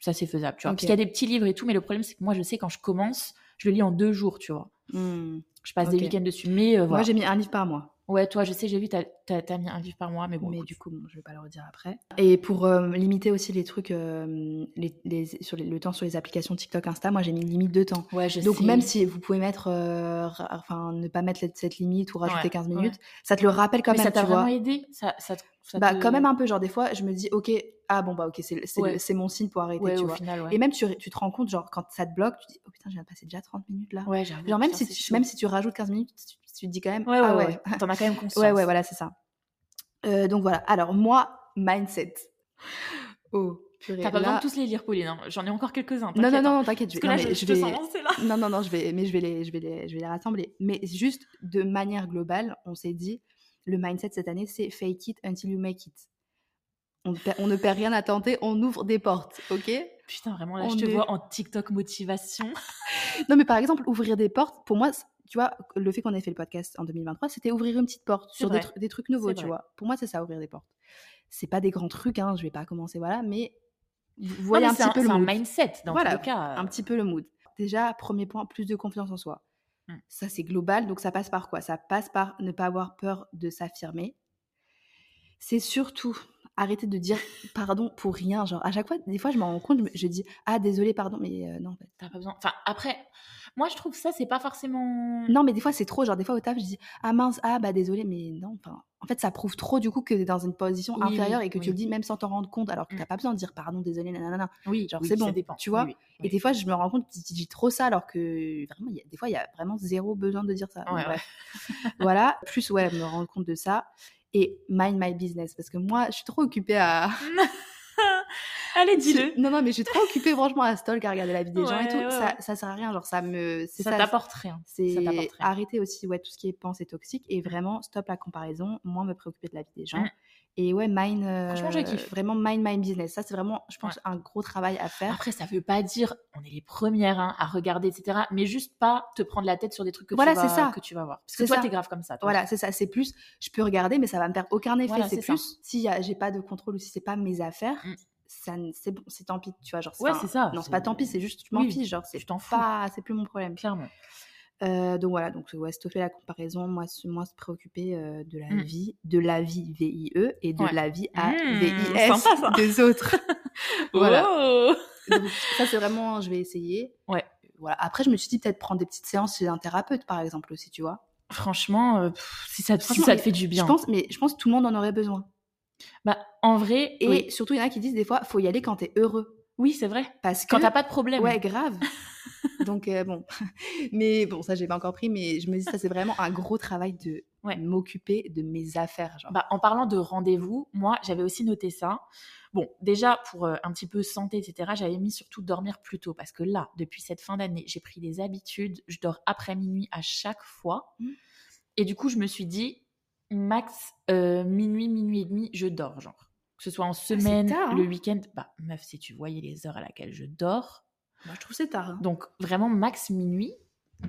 Speaker 2: Ça, c'est faisable, tu vois.
Speaker 1: Ok.
Speaker 2: Parce qu'il y a des petits livres et tout, mais le problème, c'est que moi, je sais quand je commence, je le lis en deux jours, tu vois.
Speaker 1: Mm.
Speaker 2: Je passe
Speaker 1: Ok.
Speaker 2: des week-ends dessus. Mais euh,
Speaker 1: Moi,
Speaker 2: voilà.
Speaker 1: j'ai mis un livre par mois.
Speaker 2: ouais, toi, je sais, j'ai vu, t'as as, mis un livre par mois, mais bon.
Speaker 1: mais
Speaker 2: écoute.
Speaker 1: du coup, bon, je vais pas le redire après. Et pour euh, limiter aussi les trucs, euh, les, les- sur les- le temps sur les applications TikTok, Insta, moi j'ai mis une limite de temps.
Speaker 2: Ouais, je
Speaker 1: Donc
Speaker 2: sais.
Speaker 1: même si vous pouvez mettre, euh, ra- enfin ne pas mettre cette- cette limite ou rajouter
Speaker 2: Ouais,
Speaker 1: 15
Speaker 2: ouais.
Speaker 1: minutes, ça te le rappelle quand
Speaker 2: Mais
Speaker 1: même,
Speaker 2: ça t'a
Speaker 1: tu
Speaker 2: vraiment
Speaker 1: vois.
Speaker 2: aidé ça, ça, te- ça
Speaker 1: Bah
Speaker 2: te-
Speaker 1: quand même un peu, genre des fois je me dis ok, ah bon bah ok c'est le- c'est le-
Speaker 2: Ouais.
Speaker 1: c'est mon signe pour arrêter,
Speaker 2: Ouais,
Speaker 1: tu
Speaker 2: au
Speaker 1: vois.
Speaker 2: final, ouais.
Speaker 1: Et même tu, tu te rends compte, genre quand ça te bloque, tu dis oh putain j'ai passé déjà 30 minutes là.
Speaker 2: Ouais, j'avoue.
Speaker 1: Genre même
Speaker 2: putain,
Speaker 1: si,
Speaker 2: c'est
Speaker 1: tu,
Speaker 2: chaud.
Speaker 1: même si tu rajoutes 15 minutes, tu, tu te dis quand même
Speaker 2: Ouais, ouais,
Speaker 1: ah
Speaker 2: ouais.
Speaker 1: ouais.
Speaker 2: T'en as quand même conscience.
Speaker 1: Ouais, ouais, voilà, c'est ça. Euh, donc voilà. Alors, moi, mindset. Oh, purée.
Speaker 2: T'as pas besoin
Speaker 1: là-
Speaker 2: de tous les lire, Pauline. hein. J'en ai encore quelques-uns.
Speaker 1: Non, non,
Speaker 2: t'inquiète, hein.
Speaker 1: non, non, t'inquiète.
Speaker 2: Parce
Speaker 1: vais-
Speaker 2: que
Speaker 1: non,
Speaker 2: là,
Speaker 1: mais
Speaker 2: je, je te sens hein. lancer, là.
Speaker 1: Non, non, non, je vais, mais je vais, les, je, vais les, je vais les rassembler. Mais juste de manière globale, on s'est dit, le mindset cette année, c'est fake it until you make it. On, ne perd- on ne perd rien à tenter, on ouvre des portes, ok
Speaker 2: Putain, vraiment, là,
Speaker 1: On
Speaker 2: je te
Speaker 1: est-
Speaker 2: vois en TikTok motivation.
Speaker 1: Non, mais par exemple, ouvrir des portes, pour moi, c- tu vois, le fait qu'on ait fait le podcast en 2023, c'était ouvrir une petite porte sur des,
Speaker 2: vrai.
Speaker 1: tru- des trucs nouveaux,
Speaker 2: C'est
Speaker 1: tu
Speaker 2: vrai.
Speaker 1: vois. Pour moi, c'est ça, ouvrir des portes. C'est pas des grands trucs, hein, je vais pas commencer, voilà, mais vous voyez
Speaker 2: Non,
Speaker 1: un
Speaker 2: mais c'est
Speaker 1: petit peu
Speaker 2: c'est
Speaker 1: le
Speaker 2: un
Speaker 1: mood.
Speaker 2: mindset, dans
Speaker 1: Voilà,
Speaker 2: tous les cas. euh,
Speaker 1: Un petit peu le mood. Déjà, premier point, plus de confiance en soi.
Speaker 2: Hmm.
Speaker 1: Ça, c'est global, donc ça passe par quoi Ça passe par ne pas avoir peur de s'affirmer. C'est surtout arrêter de dire pardon pour rien. Genre, à chaque fois, des fois, je m'en rends compte, je me- je dis ah, désolé, pardon, mais euh, non, en fait.
Speaker 2: T'as pas besoin. Enfin, après, moi, je trouve ça, c'est pas forcément.
Speaker 1: Non, mais des fois, c'est trop. Genre, des fois, au taf, je dis Ah mince, ah bah désolé, mais non. Enfin, en fait, ça prouve trop du coup que t'es dans une position
Speaker 2: Oui, oui,
Speaker 1: inférieure et que tu
Speaker 2: oui.
Speaker 1: le dis même sans t'en rendre compte, alors que
Speaker 2: Mm.
Speaker 1: t'as pas besoin de dire pardon, désolé, nanana.
Speaker 2: Oui,
Speaker 1: Genre,
Speaker 2: oui,
Speaker 1: c'est bon,
Speaker 2: Ça dépend.
Speaker 1: tu vois.
Speaker 2: Oui,
Speaker 1: Et des fois, je me rends compte que tu dis trop ça, alors que vraiment, il y a- des fois, il y a vraiment zéro besoin de dire ça. Donc,
Speaker 2: Ouais,
Speaker 1: bref. voilà. Plus, ouais, me rendre compte de ça. Et mind my business, parce que moi, je suis trop occupée à.
Speaker 2: oui. Allez, dis-le.
Speaker 1: Non, non, mais je suis trop occupée, franchement, à stalk, à regarder la vie des gens et
Speaker 2: Ouais,
Speaker 1: tout.
Speaker 2: ouais,
Speaker 1: Ça,
Speaker 2: ouais.
Speaker 1: ça sert à rien. Genre, ça me. c'est
Speaker 2: Ça t'apporte rien. Ça
Speaker 1: c'est
Speaker 2: t'apporte rien.
Speaker 1: arrêter aussi ouais, tout ce qui est pensée toxique et vraiment stop la comparaison, moins me préoccuper de la vie des gens.
Speaker 2: Mm.
Speaker 1: Et ouais, mine, euh,
Speaker 2: Franchement, je kiffe.
Speaker 1: vraiment mind my business. Ça, c'est vraiment, je pense, un gros travail à faire.
Speaker 2: Après, ça veut pas dire on est les premières hein, à regarder, etc. Mais juste pas te prendre la tête sur des trucs que,
Speaker 1: Voilà,
Speaker 2: tu,
Speaker 1: c'est
Speaker 2: vas,
Speaker 1: ça.
Speaker 2: que tu vas voir. Parce
Speaker 1: C'est
Speaker 2: que toi,
Speaker 1: ça.
Speaker 2: t'es grave comme ça. toi.
Speaker 1: Voilà, c'est ça. C'est plus, je peux regarder, mais ça va me faire aucun effet.
Speaker 2: Voilà,
Speaker 1: c'est
Speaker 2: c'est ça.
Speaker 1: plus, si y a- j'ai pas de contrôle ou si c'est pas mes affaires,
Speaker 2: Mm.
Speaker 1: ça ne- c'est bon, c'est tant pis. Tu vois, genre,
Speaker 2: Ouais,
Speaker 1: un-
Speaker 2: c'est ça.
Speaker 1: Non, c'est pas tant pis, c'est juste, je m'en
Speaker 2: Oui,
Speaker 1: fiche. Genre, c'est
Speaker 2: tu t'en fous.
Speaker 1: pas, c'est plus mon problème.
Speaker 2: Clairement.
Speaker 1: Euh, donc voilà, donc ouais, stopper la comparaison, moi, se- moins se préoccuper euh, de la
Speaker 2: Mm.
Speaker 1: vie, de la vie VIE et de
Speaker 2: Ouais.
Speaker 1: la vie à
Speaker 2: Mm,
Speaker 1: VIS
Speaker 2: sympa, ça.
Speaker 1: des autres. Voilà.
Speaker 2: Oh
Speaker 1: Donc, ça, c'est vraiment, je vais essayer.
Speaker 2: Ouais.
Speaker 1: Voilà. Après, je me suis dit peut-être prendre des petites séances chez un thérapeute, par exemple, aussi, tu vois.
Speaker 2: Franchement, euh, pff, si ça, si
Speaker 1: Franchement,
Speaker 2: ça
Speaker 1: mais
Speaker 2: te fait du bien.
Speaker 1: Je pense, mais je pense que tout le monde en aurait besoin.
Speaker 2: Bah, en vrai,
Speaker 1: Et
Speaker 2: oui,
Speaker 1: surtout, il y en a qui disent des fois, faut y aller quand t'es heureux.
Speaker 2: Oui, c'est vrai.
Speaker 1: Parce que.
Speaker 2: Quand t'as pas de problème.
Speaker 1: Ouais, grave. Donc, euh, bon. Mais bon, ça, j'ai pas encore pris, mais je me dis, ça, c'est vraiment un gros travail de
Speaker 2: Ouais.
Speaker 1: m'occuper de mes affaires. Genre.
Speaker 2: Bah, en parlant de rendez-vous, moi, j'avais aussi noté ça. Bon, déjà, pour euh, un petit peu santé, etc., j'avais mis surtout dormir plus tôt. Parce que là, depuis cette fin d'année, j'ai pris des habitudes. Je dors après minuit à chaque fois.
Speaker 1: Mm.
Speaker 2: Et du coup, je me suis dit, max euh, minuit, minuit et demi, je dors, genre. Que ce soit en semaine,
Speaker 1: tard, hein.
Speaker 2: le week-end. Bah, meuf, si tu voyais les heures à laquelle je dors.
Speaker 1: Moi, je trouve c'est tard. hein.
Speaker 2: Donc, vraiment, max minuit,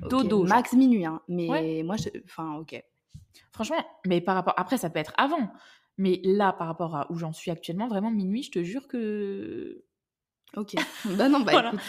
Speaker 1: Ok,
Speaker 2: dodo. genre.
Speaker 1: Max minuit, hein. Mais
Speaker 2: Ouais.
Speaker 1: moi, je... enfin, ok.
Speaker 2: Franchement, mais par rapport. Après, ça peut être avant. Mais là, par rapport à où j'en suis actuellement, vraiment minuit, je te jure que.
Speaker 1: Ok. bah non, bah
Speaker 2: Voilà.
Speaker 1: écoute.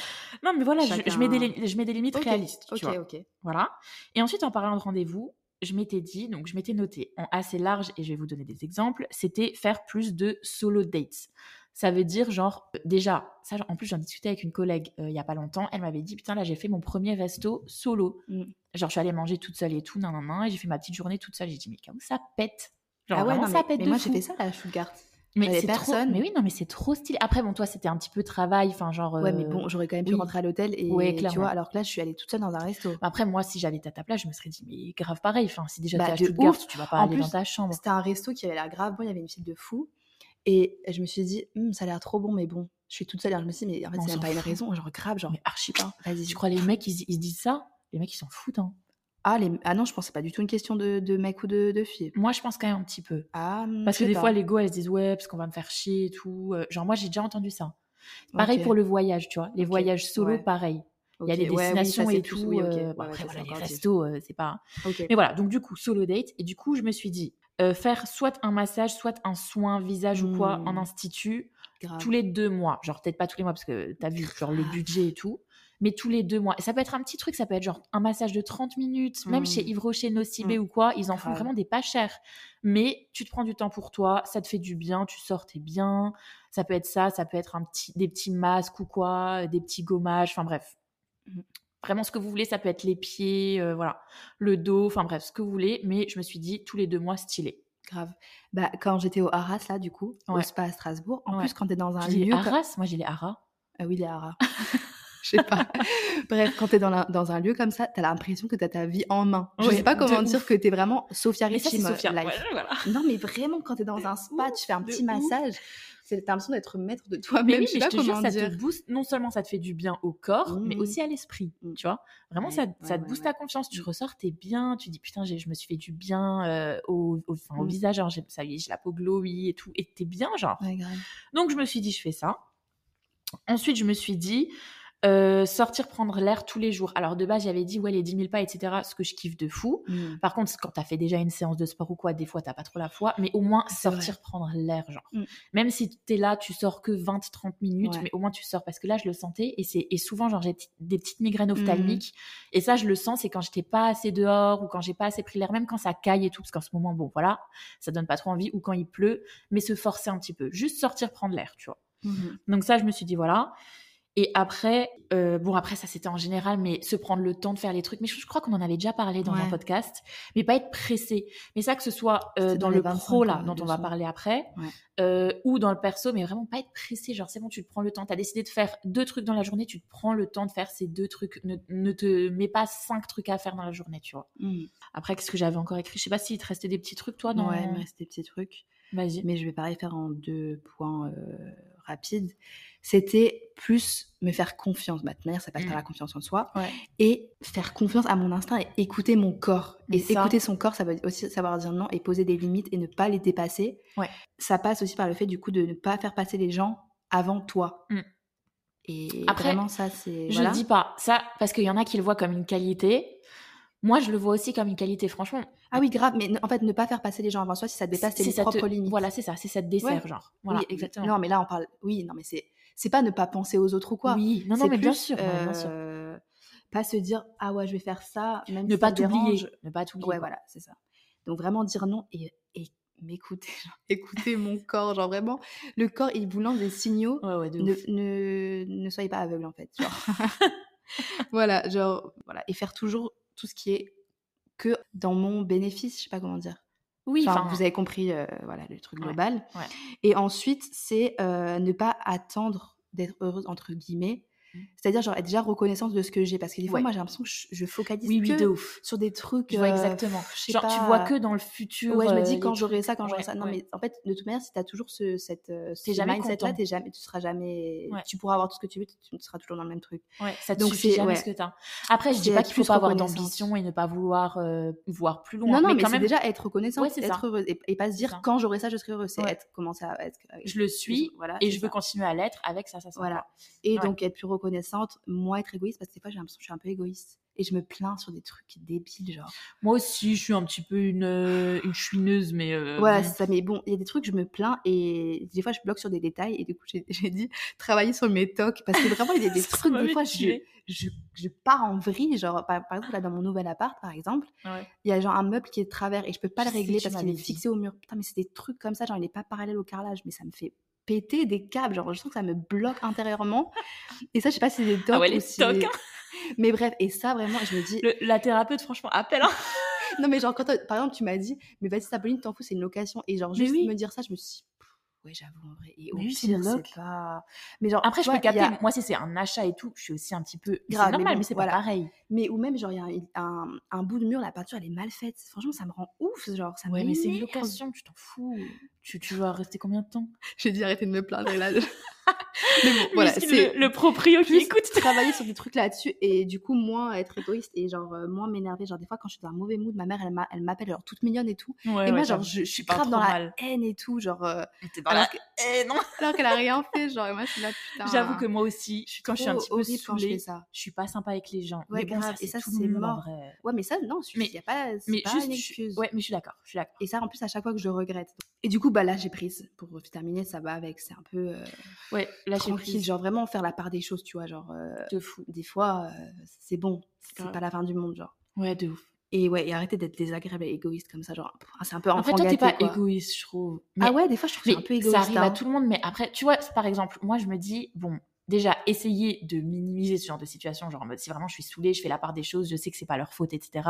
Speaker 2: Non, mais voilà, je- je,
Speaker 1: Chacun-
Speaker 2: mets des, li- je mets des limites
Speaker 1: Ok,
Speaker 2: réalistes. Tu
Speaker 1: Ok,
Speaker 2: vois.
Speaker 1: ok.
Speaker 2: Voilà. Et ensuite, en parlant de rendez-vous, je m'étais dit, donc je m'étais noté en assez large, et je vais vous donner des exemples, c'était faire plus de solo dates. Ça veut dire, genre, euh, déjà, ça, en plus, j'en discutais avec une collègue euh, il y a pas longtemps, elle m'avait dit, putain, là, j'ai fait mon premier resto solo.
Speaker 1: Mm.
Speaker 2: Genre, je suis allée manger toute seule et tout, nan, nan, nan, et j'ai fait ma petite journée toute seule. J'ai dit, mais où ça pète. Genre,
Speaker 1: ah ouais,
Speaker 2: vraiment,
Speaker 1: non,
Speaker 2: ça
Speaker 1: mais,
Speaker 2: pète
Speaker 1: mais
Speaker 2: de
Speaker 1: moi,
Speaker 2: fou.
Speaker 1: j'ai fait ça, la Stuttgart. J'avais
Speaker 2: Mais c'est trop.
Speaker 1: personne.
Speaker 2: Mais oui, non, mais c'est trop stylé. Après, bon, toi, c'était un petit peu travail, enfin, genre.
Speaker 1: Ouais, mais
Speaker 2: euh,
Speaker 1: bon, j'aurais quand même pu
Speaker 2: oui.
Speaker 1: rentrer à l'hôtel et
Speaker 2: Ouais,
Speaker 1: tu
Speaker 2: clairement.
Speaker 1: vois, alors que là, je suis allée toute seule dans un resto.
Speaker 2: Après, moi, si j'avais été à ta place, je me serais dit, mais grave pareil. Enfin, si déjà
Speaker 1: Bah,
Speaker 2: t'es à
Speaker 1: de
Speaker 2: Stuttgart,
Speaker 1: ouf.
Speaker 2: tu vas
Speaker 1: En
Speaker 2: pas aller dans
Speaker 1: plus,
Speaker 2: ta chambre.
Speaker 1: C'était un resto qui avait l'air grave bon, il y avait une file de fou. Et je me suis dit, Hum, ça a l'air trop bon, mais bon, je suis toute seule. Alors je me suis dit, mais en fait,
Speaker 2: On
Speaker 1: c'est même
Speaker 2: s'en
Speaker 1: pas une
Speaker 2: fout.
Speaker 1: raison, genre grave, genre,
Speaker 2: Mais archi pas.
Speaker 1: vas-y.
Speaker 2: Tu crois les mecs, ils, ils se disent ça Les mecs, ils s'en foutent. Hein.
Speaker 1: Ah, les... ah non, je pensais pas du tout une question de, de mec ou de, de fille.
Speaker 2: Moi, je pense quand même un petit peu.
Speaker 1: Ah, hum,
Speaker 2: Parce
Speaker 1: je
Speaker 2: que
Speaker 1: sais
Speaker 2: des
Speaker 1: pas.
Speaker 2: fois, les go, elles se disent, ouais, parce qu'on va me faire chier et tout. Euh, Genre, moi, j'ai déjà entendu ça. Pareil
Speaker 1: Ok.
Speaker 2: pour le voyage, tu vois. Les
Speaker 1: Ok,
Speaker 2: voyages solo,
Speaker 1: ouais.
Speaker 2: pareil. Il y a
Speaker 1: Ok,
Speaker 2: des
Speaker 1: ouais, oui, ça,
Speaker 2: destinations
Speaker 1: c'est
Speaker 2: et
Speaker 1: plus-
Speaker 2: tout.
Speaker 1: oui, ok,
Speaker 2: euh,
Speaker 1: ouais,
Speaker 2: bon,
Speaker 1: ouais,
Speaker 2: après,
Speaker 1: ça,
Speaker 2: voilà,
Speaker 1: c'est
Speaker 2: les
Speaker 1: encore différent.
Speaker 2: restos, euh, c'est pas.
Speaker 1: Ok.
Speaker 2: Mais voilà, donc du coup, solo date. Et du coup, je me suis dit, euh, faire soit un massage, soit un soin visage ou quoi
Speaker 1: Hmm.
Speaker 2: en institut.
Speaker 1: Grave.
Speaker 2: tous les deux mois. Genre, peut-être pas tous les mois parce que t'as vu genre, le
Speaker 1: Grave.
Speaker 2: budget et tout. Mais tous les deux mois. Et ça peut être un petit truc, ça peut être genre un massage de 30 minutes, même
Speaker 1: Mm.
Speaker 2: chez Yves Rocher, Nocibé
Speaker 1: Mm.
Speaker 2: ou quoi, ils en font
Speaker 1: Grave.
Speaker 2: vraiment des pas chers. Mais tu te prends du temps pour toi, ça te fait du bien, tu sors, t'es bien. Ça peut être ça, ça peut être un petit, des petits masques ou quoi, des petits gommages, enfin bref.
Speaker 1: Mhm.
Speaker 2: Vraiment ce que vous voulez, ça peut être les pieds, euh, voilà, le dos, enfin bref, ce que vous voulez. Mais je me suis dit, tous les deux mois, stylé.
Speaker 1: Grave. Bah, quand j'étais au Haras, là, du coup, au
Speaker 2: Ouais.
Speaker 1: spa à Strasbourg, en
Speaker 2: Ouais.
Speaker 1: plus, quand t'es dans un
Speaker 2: Tu dis les
Speaker 1: lieu. comme-
Speaker 2: haras Moi, j'ai les haras.
Speaker 1: Ah oui, les haras. Je sais pas. Bref, quand t'es dans, la- dans un lieu comme ça, t'as l'impression que t'as ta vie en main. Je
Speaker 2: Ouais,
Speaker 1: sais pas
Speaker 2: de
Speaker 1: comment
Speaker 2: ouf.
Speaker 1: dire que t'es vraiment Sophia
Speaker 2: Mais ça,
Speaker 1: Richie
Speaker 2: c'est
Speaker 1: mo-
Speaker 2: Sophia.
Speaker 1: life.
Speaker 2: Ouais, voilà.
Speaker 1: Non, mais vraiment, quand t'es dans
Speaker 2: De
Speaker 1: un spa,
Speaker 2: ouf,
Speaker 1: tu fais un
Speaker 2: de
Speaker 1: petit
Speaker 2: ouf.
Speaker 1: massage, c'est- t'as l'impression d'être maître de
Speaker 2: Mais
Speaker 1: toi-même.
Speaker 2: oui,
Speaker 1: Ah, je sais
Speaker 2: mais
Speaker 1: pas
Speaker 2: je te jure,
Speaker 1: comment
Speaker 2: ça
Speaker 1: dire.
Speaker 2: te booste. Non seulement ça te fait du bien au corps, mais
Speaker 1: Mhm.
Speaker 2: aussi à l'esprit.
Speaker 1: Mhm.
Speaker 2: Tu vois, vraiment,
Speaker 1: Ouais,
Speaker 2: ça,
Speaker 1: ouais,
Speaker 2: ça te
Speaker 1: ouais,
Speaker 2: booste
Speaker 1: ouais. Mm.
Speaker 2: ta confiance. Tu ressors, t'es bien. Tu dis putain, j'ai- je me suis fait du bien euh, au, au- enfin, au
Speaker 1: Mhm.
Speaker 2: visage. Genre, j'ai- ça y est, j'ai la peau glowy et tout. Et t'es bien, genre.
Speaker 1: Ouais, grave.
Speaker 2: Donc, je me suis dit, je fais ça. Ensuite, je me suis dit, euh, sortir prendre l'air tous les jours. Alors, de base, j'avais dit, ouais, les 10 000 pas, etc., ce que je kiffe de fou.
Speaker 1: Mm.
Speaker 2: Par contre, quand t'as fait déjà une séance de sport ou quoi, des fois t'as pas trop la foi, mais au moins
Speaker 1: C'est vrai.
Speaker 2: sortir prendre l'air, genre.
Speaker 1: Mm.
Speaker 2: Même si t'es là, tu sors que 20-30 minutes,
Speaker 1: Ouais.
Speaker 2: mais au moins tu sors parce que là je le sentais et c'est et souvent genre j'ai t- des petites migraines
Speaker 1: Mm.
Speaker 2: ophtalmiques et ça je le sens c'est quand j'étais pas assez dehors ou quand j'ai pas assez pris l'air, même quand ça caille et tout parce qu'en ce moment bon voilà ça donne pas trop envie ou quand il pleut, mais se forcer un petit peu, juste sortir prendre l'air, tu vois.
Speaker 1: Mhm.
Speaker 2: Donc ça, je me suis dit voilà. Et après, euh, bon après ça c'était en général, mais se prendre le temps de faire les trucs. Mais je, je crois qu'on en avait déjà parlé dans un
Speaker 1: Ouais.
Speaker 2: podcast, mais pas être pressé. Mais ça que ce soit euh,
Speaker 1: C'était
Speaker 2: dans
Speaker 1: dans les
Speaker 2: le
Speaker 1: 25,
Speaker 2: pro là,
Speaker 1: euh,
Speaker 2: dont on va
Speaker 1: leçons.
Speaker 2: parler après,
Speaker 1: Ouais.
Speaker 2: euh, ou dans le perso, mais vraiment pas être pressé. Genre c'est bon, tu te prends le temps. T'as décidé de faire deux trucs dans la journée, tu te prends le temps de faire ces deux trucs. Ne, ne te mets pas cinq trucs à faire dans la journée, tu vois.
Speaker 1: Mm.
Speaker 2: Après qu'est-ce que j'avais encore écrit Je sais pas s'il te restait Oh des petits trucs toi dans.
Speaker 1: Ouais, il me reste des petits trucs.
Speaker 2: Vas-y.
Speaker 1: Mais je vais pareil faire en deux points euh, rapide, c'était plus me faire confiance. Bah, de toute manière, ça passe par
Speaker 2: Mm.
Speaker 1: la confiance en soi.
Speaker 2: Ouais.
Speaker 1: Et faire confiance à mon instinct et écouter mon corps.
Speaker 2: Mais
Speaker 1: Et
Speaker 2: ça-
Speaker 1: écouter son corps, ça veut aussi savoir dire non et poser des limites et ne pas les dépasser.
Speaker 2: Ouais.
Speaker 1: Ça passe aussi par le fait, du coup, de ne pas faire passer les gens avant toi.
Speaker 2: Mm.
Speaker 1: Et
Speaker 2: Après,
Speaker 1: vraiment, ça, c'est...
Speaker 2: Je
Speaker 1: voilà.
Speaker 2: dis pas ça parce qu'il y en a qui le voient comme une qualité. Moi, je le vois aussi comme une qualité, franchement.
Speaker 1: Ah oui, grave, mais ne- en fait, ne pas faire passer les gens avant soi si ça dépasse
Speaker 2: C'est
Speaker 1: tes
Speaker 2: ça te-
Speaker 1: propres limites.
Speaker 2: Voilà, c'est ça, c'est ça te dessert, genre. Voilà,
Speaker 1: oui, exactement. Non, mais là, on parle. Oui, non, mais c'est c'est pas ne pas penser aux autres ou quoi.
Speaker 2: Oui, non, non,
Speaker 1: C'est
Speaker 2: mais bien
Speaker 1: plus,
Speaker 2: sûr, ouais, bien sûr.
Speaker 1: euh, Pas se dire ah ouais, je vais faire ça, même
Speaker 2: Ne
Speaker 1: si
Speaker 2: pas
Speaker 1: ça me
Speaker 2: t'oublier,
Speaker 1: dérange.
Speaker 2: ne pas t'oublier.
Speaker 1: Ouais, voilà, c'est ça. Donc vraiment dire non et, et m'écouter, genre, écouter mon corps, genre vraiment, le corps il vous lance des signaux.
Speaker 2: Ouais, ouais, de
Speaker 1: Ne,
Speaker 2: ouf.
Speaker 1: ne, ne soyez pas aveugle en fait. genre. voilà, genre voilà et faire toujours tout ce qui est que dans mon bénéfice, je sais pas comment dire.
Speaker 2: Oui,
Speaker 1: Enfin,
Speaker 2: enfin,
Speaker 1: vous avez compris euh, voilà, le truc
Speaker 2: Ouais,
Speaker 1: global.
Speaker 2: ouais.
Speaker 1: Et ensuite, c'est euh, ne pas attendre d'être heureuse, entre guillemets.
Speaker 2: Mm.
Speaker 1: C'est-à-dire, genre, être déjà reconnaissante de ce que j'ai. Parce que des fois,
Speaker 2: Ouais.
Speaker 1: moi, j'ai l'impression que je, je focalise
Speaker 2: oui, oui,
Speaker 1: que
Speaker 2: de ouf.
Speaker 1: sur des trucs.
Speaker 2: Je vois
Speaker 1: euh,
Speaker 2: exactement.
Speaker 1: pff, je sais
Speaker 2: Genre, tu
Speaker 1: pas,
Speaker 2: vois
Speaker 1: euh,
Speaker 2: que dans le futur.
Speaker 1: Ouais, je me
Speaker 2: euh,
Speaker 1: dis
Speaker 2: les
Speaker 1: quand
Speaker 2: trucs.
Speaker 1: j'aurai ça, quand j'aurai
Speaker 2: Ouais,
Speaker 1: ça. Non,
Speaker 2: ouais.
Speaker 1: mais en fait, de toute manière, si t'as toujours ce, cette, euh, ce
Speaker 2: jamais
Speaker 1: mindset-là,
Speaker 2: content.
Speaker 1: t'es jamais, tu seras jamais,
Speaker 2: Ouais.
Speaker 1: tu pourras avoir tout ce que tu veux, tu, tu seras toujours dans le même truc.
Speaker 2: Ouais, ça te
Speaker 1: Donc,
Speaker 2: suffit
Speaker 1: c'est-
Speaker 2: jamais
Speaker 1: ouais.
Speaker 2: ce que t'as. Après, je dis
Speaker 1: C'est
Speaker 2: pas qu'il faut
Speaker 1: plus
Speaker 2: pas avoir
Speaker 1: reconnaissante.
Speaker 2: d'ambition et ne pas vouloir euh, voir plus
Speaker 1: non,
Speaker 2: loin.
Speaker 1: non, mais,
Speaker 2: quand
Speaker 1: c'est
Speaker 2: même,
Speaker 1: déjà être reconnaissante,
Speaker 2: Ouais, c'est ça.
Speaker 1: être heureuse, et, et pas se dire
Speaker 2: ça.
Speaker 1: quand j'aurai ça, je serai heureuse. C'est
Speaker 2: Ouais.
Speaker 1: être, commencer à être. euh,
Speaker 2: je le suis
Speaker 1: voilà,
Speaker 2: et
Speaker 1: c'est
Speaker 2: je veux
Speaker 1: ça.
Speaker 2: continuer à l'être avec ça, ça, ça.
Speaker 1: Voilà. Et
Speaker 2: Ouais.
Speaker 1: donc être plus reconnaissante, moins être égoïste, parce que des fois j'ai l'impression que je suis un peu égoïste. Et je me plains sur des trucs débiles, genre.
Speaker 2: Moi aussi, je suis un petit peu une, euh, une chouineuse, mais. euh,
Speaker 1: voilà,
Speaker 2: bon.
Speaker 1: c'est ça. Mais bon, il y a des trucs, je me plains et des fois je bloque sur des détails. Et du coup, j'ai j'ai dit travailler sur mes tocs. Parce que vraiment, il y a des
Speaker 2: Ça
Speaker 1: trucs, des
Speaker 2: m'avait
Speaker 1: fois, je,
Speaker 2: tuée.
Speaker 1: je, je pars en vrille. Genre, par, par exemple, là, dans mon nouvel appart, par exemple,
Speaker 2: Ouais.
Speaker 1: il y a genre un meuble qui est de travers et je peux pas
Speaker 2: Je
Speaker 1: le
Speaker 2: sais,
Speaker 1: régler
Speaker 2: tu
Speaker 1: parce qu'il
Speaker 2: m'avais
Speaker 1: est
Speaker 2: dit.
Speaker 1: fixé au mur. Putain, mais c'est des trucs comme ça, genre il n'est pas parallèle au carrelage, mais ça me fait péter des câbles. Genre, je sens que ça me bloque intérieurement. Et ça, je sais pas si c'est des tocs
Speaker 2: Ah ouais,
Speaker 1: ou
Speaker 2: les
Speaker 1: si-
Speaker 2: tocs, hein.
Speaker 1: Mais bref, et ça, vraiment, je me dis,
Speaker 2: Le- la thérapeute, franchement, appelle. hein.
Speaker 1: non, mais genre, quand t'as- par exemple, tu m'as dit, mais vas-y, Sapoline, t'en fous, c'est une location. Et genre,
Speaker 2: Mais
Speaker 1: juste
Speaker 2: oui.
Speaker 1: me dire ça, je me suis dit, Pff, ouais, j'avoue, en vrai. Et au
Speaker 2: Mais oui, c'est
Speaker 1: pire,
Speaker 2: une loc.
Speaker 1: c'est pas. Mais genre,
Speaker 2: Après,
Speaker 1: tu
Speaker 2: je peux
Speaker 1: vois, il y
Speaker 2: capter.
Speaker 1: a-
Speaker 2: Moi, si c'est un achat et tout, je suis aussi un petit peu. C'est
Speaker 1: Grave, mais
Speaker 2: normal, mais,
Speaker 1: bon,
Speaker 2: c'est
Speaker 1: voilà.
Speaker 2: pas pareil.
Speaker 1: Mais ou même, genre, il y a un, un- un bout de mur, la peinture, elle est mal faite. Franchement, ça me rend ouf. Genre, ça
Speaker 2: Ouais, mais c'est une
Speaker 1: m'énerve.
Speaker 2: location, tu t'en fous. Tu, tu vas rester combien de temps
Speaker 1: J'ai dit, arrêtez de me plaindre. Et là, je- mais bon, voilà.
Speaker 2: Juste
Speaker 1: c'est-
Speaker 2: le, le proprio qui
Speaker 1: plus
Speaker 2: écoute.
Speaker 1: travailler sur des trucs là-dessus et du coup moins être égoïste et genre euh, moins m'énerver genre des fois quand je suis dans un mauvais mood ma mère elle m'a- elle m'appelle genre toute mignonne et tout
Speaker 2: Ouais,
Speaker 1: et moi
Speaker 2: ouais,
Speaker 1: genre
Speaker 2: j'avoue.
Speaker 1: je, je suis
Speaker 2: pas
Speaker 1: grave
Speaker 2: trop
Speaker 1: dans la
Speaker 2: mal.
Speaker 1: haine et tout genre euh,
Speaker 2: T'es dans
Speaker 1: alors
Speaker 2: la- Eh, non.
Speaker 1: alors qu'elle a rien fait genre et moi je suis là putain
Speaker 2: J'avoue que moi aussi, quand je suis un
Speaker 1: trop
Speaker 2: petit peu
Speaker 1: Oh, horrible quand je fais
Speaker 2: saoulée,
Speaker 1: ça
Speaker 2: je suis pas sympa avec les gens.
Speaker 1: Ouais,
Speaker 2: mais bon,
Speaker 1: grave,
Speaker 2: ça,
Speaker 1: et ça,
Speaker 2: c'est tout le
Speaker 1: c'est
Speaker 2: monde en
Speaker 1: mort.
Speaker 2: vrai.
Speaker 1: ouais mais ça non je
Speaker 2: Mais-
Speaker 1: y a pas c'est
Speaker 2: Mais
Speaker 1: pas
Speaker 2: juste,
Speaker 1: une
Speaker 2: je suis-
Speaker 1: excuse
Speaker 2: ouais, mais je suis d'accord, je suis d'accord.
Speaker 1: et ça en plus à chaque fois que je le regrette et du coup bah là j'ai prise pour terminer ça va avec c'est un peu euh,
Speaker 2: Ouais, là, j'ai
Speaker 1: tranquille
Speaker 2: pris
Speaker 1: genre vraiment faire la part des choses tu vois genre euh,
Speaker 2: de fou.
Speaker 1: des fois euh, c'est bon c'est
Speaker 2: Grave.
Speaker 1: pas la fin du monde genre
Speaker 2: Ouais, de ouf.
Speaker 1: Et ouais, et arrêter d'être désagréable et égoïste comme ça, genre, pff, c'est un peu
Speaker 2: En fait,
Speaker 1: enfant
Speaker 2: toi,
Speaker 1: gâté,
Speaker 2: t'es pas
Speaker 1: quoi.
Speaker 2: égoïste, je trouve. Mais-
Speaker 1: Ah ouais, des fois, je trouve que c'est un peu
Speaker 2: Mais
Speaker 1: égoïste.
Speaker 2: ça arrive
Speaker 1: hein.
Speaker 2: à tout le monde, mais après, tu vois, par exemple, moi, je me dis, bon, déjà, essayer de minimiser ce genre de situation, genre, en mode, si vraiment je suis saoulée, je fais la part des choses, je sais que c'est pas leur faute, etc.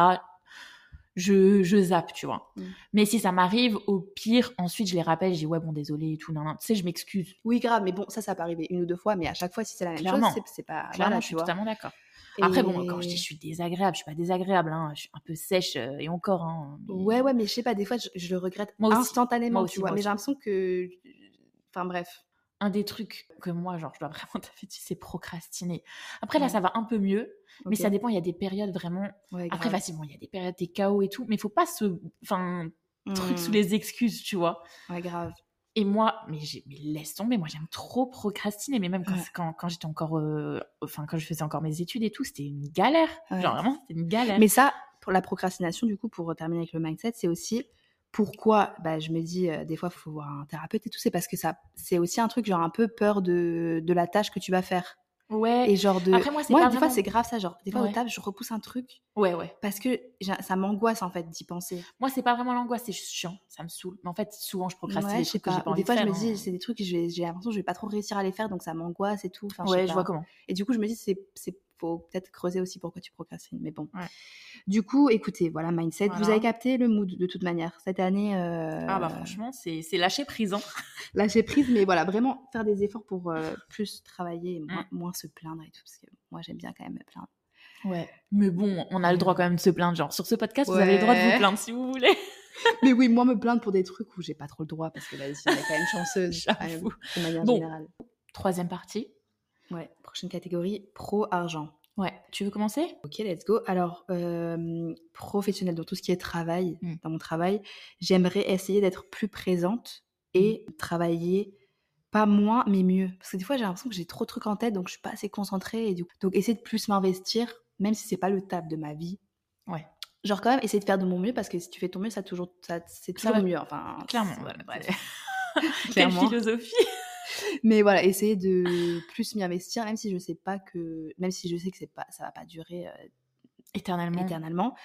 Speaker 2: Je, je zappe, tu vois.
Speaker 1: Mm.
Speaker 2: Mais si ça m'arrive, au pire, ensuite, je les rappelle, je dis, ouais, bon, désolé et tout, non, non, tu sais, je m'excuse.
Speaker 1: Oui, grave, mais bon, ça, ça peut arriver une ou deux fois, mais à chaque fois, si c'est la même
Speaker 2: Clairement.
Speaker 1: chose, c'est- c'est pas.
Speaker 2: Clairement,
Speaker 1: Ah, voilà,
Speaker 2: je
Speaker 1: tu
Speaker 2: suis
Speaker 1: vois.
Speaker 2: totalement d'accord. Après, bon,
Speaker 1: Et-
Speaker 2: quand je dis je suis désagréable, je suis pas désagréable, hein, je suis un peu sèche euh, et encore. Hein, mais-
Speaker 1: Ouais, ouais, mais je sais pas, des fois, je, je le regrette
Speaker 2: Moi aussi.
Speaker 1: instantanément,
Speaker 2: Moi
Speaker 1: tu
Speaker 2: aussi,
Speaker 1: vois.
Speaker 2: moi
Speaker 1: Mais
Speaker 2: aussi.
Speaker 1: j'ai l'impression que. Enfin, bref.
Speaker 2: Un des trucs que moi, genre, je dois vraiment t'avais dit, c'est procrastiner. Après, là,
Speaker 1: Ouais.
Speaker 2: ça va un peu mieux, mais
Speaker 1: Ok.
Speaker 2: ça dépend, il y a des périodes vraiment.
Speaker 1: Ouais,
Speaker 2: Après, vas-y, bon, il y a des périodes, des chaos et tout, mais faut pas ce enfin, truc sous
Speaker 1: Hmm.
Speaker 2: les excuses, tu vois.
Speaker 1: Ouais, grave.
Speaker 2: Et moi, mais, j'ai- mais laisse tomber, moi j'aime trop procrastiner, mais même quand,
Speaker 1: Ouais.
Speaker 2: quand, quand j'étais encore, euh, enfin quand je faisais encore mes études et tout, c'était une galère.
Speaker 1: Ouais.
Speaker 2: Genre vraiment, c'était une galère.
Speaker 1: Mais ça, pour la procrastination, du coup, pour terminer avec le mindset, c'est aussi pourquoi bah, je me dis euh, des fois, faut voir un thérapeute et tout. C'est parce que ça, c'est aussi un truc, genre, un peu peur de, de la tâche que tu vas faire.
Speaker 2: ouais.
Speaker 1: Et genre de.
Speaker 2: Après, moi, c'est
Speaker 1: Moi,
Speaker 2: pas
Speaker 1: des fois,
Speaker 2: vraiment-
Speaker 1: c'est grave ça. Genre, des fois, au
Speaker 2: Ouais.
Speaker 1: table, je repousse un truc
Speaker 2: Ouais, ouais.
Speaker 1: parce que j'ai- ça m'angoisse, en fait, d'y penser.
Speaker 2: Moi, c'est pas vraiment l'angoisse, c'est juste chiant, ça me saoule. Mais en fait, souvent, je procrastine
Speaker 1: Ouais,
Speaker 2: les
Speaker 1: je sais
Speaker 2: trucs que j'ai
Speaker 1: pas.
Speaker 2: pas
Speaker 1: Ou
Speaker 2: envie
Speaker 1: des
Speaker 2: de
Speaker 1: fois, je
Speaker 2: faire,
Speaker 1: me
Speaker 2: hein.
Speaker 1: dis, c'est des trucs, que je vais- j'ai l'impression que je vais pas trop réussir à les faire, donc ça m'angoisse et tout. Enfin, je sais
Speaker 2: ouais, je vois
Speaker 1: pas.
Speaker 2: comment.
Speaker 1: Et du coup, je me dis, c'est, c'est faut peut-être creuser aussi pourquoi tu procrastines. Mais bon.
Speaker 2: Ouais.
Speaker 1: Du coup, écoutez, voilà, mindset. Vous
Speaker 2: Voilà.
Speaker 1: avez capté le mood de toute manière. Cette année, euh,
Speaker 2: Ah bah franchement, c'est c'est lâcher prise. hein.
Speaker 1: là, j'ai prise, mais voilà, vraiment
Speaker 2: Mm.
Speaker 1: faire des efforts pour euh, plus travailler et moins, moins se plaindre et tout. Parce que moi, j'aime bien quand même me plaindre. Ouais. Mm.
Speaker 2: Mais bon, on a le droit quand même de se plaindre. Genre, sur ce podcast, vous
Speaker 1: Ouais.
Speaker 2: avez le droit de vous plaindre si vous voulez.
Speaker 1: Mais oui, moi, me plaindre pour des trucs où j'ai pas trop le droit, parce que là-dessus, on est quand même chanceuse, quand même,
Speaker 2: J'avoue.
Speaker 1: de manière
Speaker 2: Bon.
Speaker 1: générale.
Speaker 2: Troisième partie.
Speaker 1: Ouais, prochaine catégorie, pro-argent.
Speaker 2: Ouais, tu veux commencer
Speaker 1: Ok, let's go. Alors, euh, professionnel, dans tout ce qui est travail,
Speaker 2: Mm.
Speaker 1: dans mon travail, j'aimerais essayer d'être plus présente et
Speaker 2: Mm.
Speaker 1: travailler pas moins, mais mieux. Parce que des fois, j'ai l'impression que j'ai trop de trucs en tête, donc je suis pas assez concentrée. Et du coup- Donc, essayer de plus m'investir, même si c'est pas le table de ma vie.
Speaker 2: Ouais.
Speaker 1: Genre, quand même, essayer de faire de mon mieux, parce que si tu fais ton mieux, ça toujours, ça, c'est
Speaker 2: Ça
Speaker 1: toujours
Speaker 2: va-
Speaker 1: mieux. Enfin,
Speaker 2: Clairement,
Speaker 1: c'est-
Speaker 2: voilà,
Speaker 1: bref.
Speaker 2: Quelle philosophie
Speaker 1: Mais voilà, essayer de plus m'y investir, même si je sais pas que, même si je sais que c'est pas, ça va pas durer euh,
Speaker 2: Éternellement.
Speaker 1: éternellement.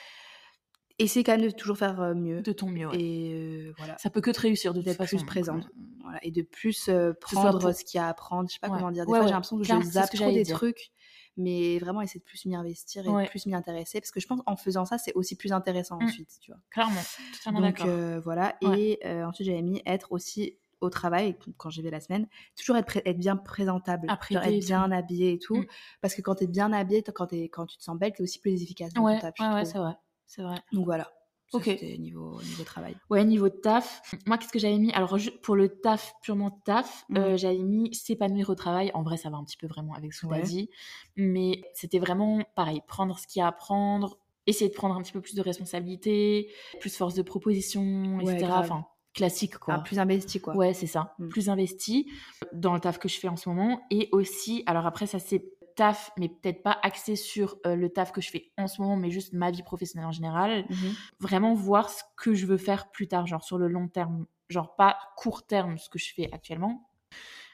Speaker 1: Essayer quand même de toujours faire euh, mieux.
Speaker 2: De ton mieux. ouais.
Speaker 1: Et euh, voilà.
Speaker 2: Ça peut que te réussir de toute
Speaker 1: D'être
Speaker 2: façon.
Speaker 1: plus
Speaker 2: donc,
Speaker 1: présente.
Speaker 2: euh,
Speaker 1: Voilà. Et de plus euh,
Speaker 2: ce soit
Speaker 1: prendre
Speaker 2: pour-
Speaker 1: ce qu'il y a à prendre. Je sais pas
Speaker 2: Ouais.
Speaker 1: comment dire. Des
Speaker 2: Ouais,
Speaker 1: fois,
Speaker 2: ouais.
Speaker 1: j'ai l'impression que
Speaker 2: Clairement,
Speaker 1: je
Speaker 2: c'est ce
Speaker 1: zappe
Speaker 2: que
Speaker 1: trop
Speaker 2: j'allais
Speaker 1: des
Speaker 2: dire.
Speaker 1: trucs. Mais vraiment, essayer de plus m'y investir et
Speaker 2: Ouais.
Speaker 1: de plus m'y intéresser. Parce que je pense en faisant ça, c'est aussi plus intéressant
Speaker 2: Mm.
Speaker 1: ensuite. Tu vois.
Speaker 2: Clairement. Totalement
Speaker 1: Donc
Speaker 2: d'accord.
Speaker 1: euh, voilà.
Speaker 2: Ouais.
Speaker 1: Et euh, ensuite, j'avais mis être aussi au travail quand j'y vais la semaine toujours être, pré- être bien présentable
Speaker 2: Apprêtée
Speaker 1: genre être
Speaker 2: et tout.
Speaker 1: bien habillé et tout
Speaker 2: Mm.
Speaker 1: parce que quand t'es bien habillé quand, t'es- quand tu te sens belle t'es aussi plus efficace dans ton
Speaker 2: Ouais,
Speaker 1: taf, je
Speaker 2: ouais, ouais,
Speaker 1: trouve.
Speaker 2: c'est vrai. C'est vrai.
Speaker 1: donc voilà Ça,
Speaker 2: Ok.
Speaker 1: c'était niveau niveau travail
Speaker 2: Ouais, niveau taf, moi, qu'est-ce que j'avais mis Alors, ju- pour le taf, purement taf,
Speaker 1: Mmh.
Speaker 2: euh, j'avais mis s'épanouir au travail. En vrai, ça va un petit peu vraiment avec ce que t'as
Speaker 1: Ouais.
Speaker 2: dit. Mais c'était vraiment pareil, prendre ce qu'il y a à prendre, essayer de prendre un petit peu plus de responsabilité, plus force de proposition,
Speaker 1: Ouais,
Speaker 2: etc.
Speaker 1: grave.
Speaker 2: Enfin, classique, quoi.
Speaker 1: Ah, plus investi quoi
Speaker 2: Ouais, c'est ça.
Speaker 1: Mm.
Speaker 2: Plus investi dans le taf que je fais en ce moment. Et aussi, alors après, ça c'est taf, mais peut-être pas axé sur euh, le taf que je fais en ce moment, mais juste ma vie professionnelle en général.
Speaker 1: Mhm.
Speaker 2: Vraiment voir ce que je veux faire plus tard, genre sur le long terme. Genre pas court terme, ce que je fais actuellement.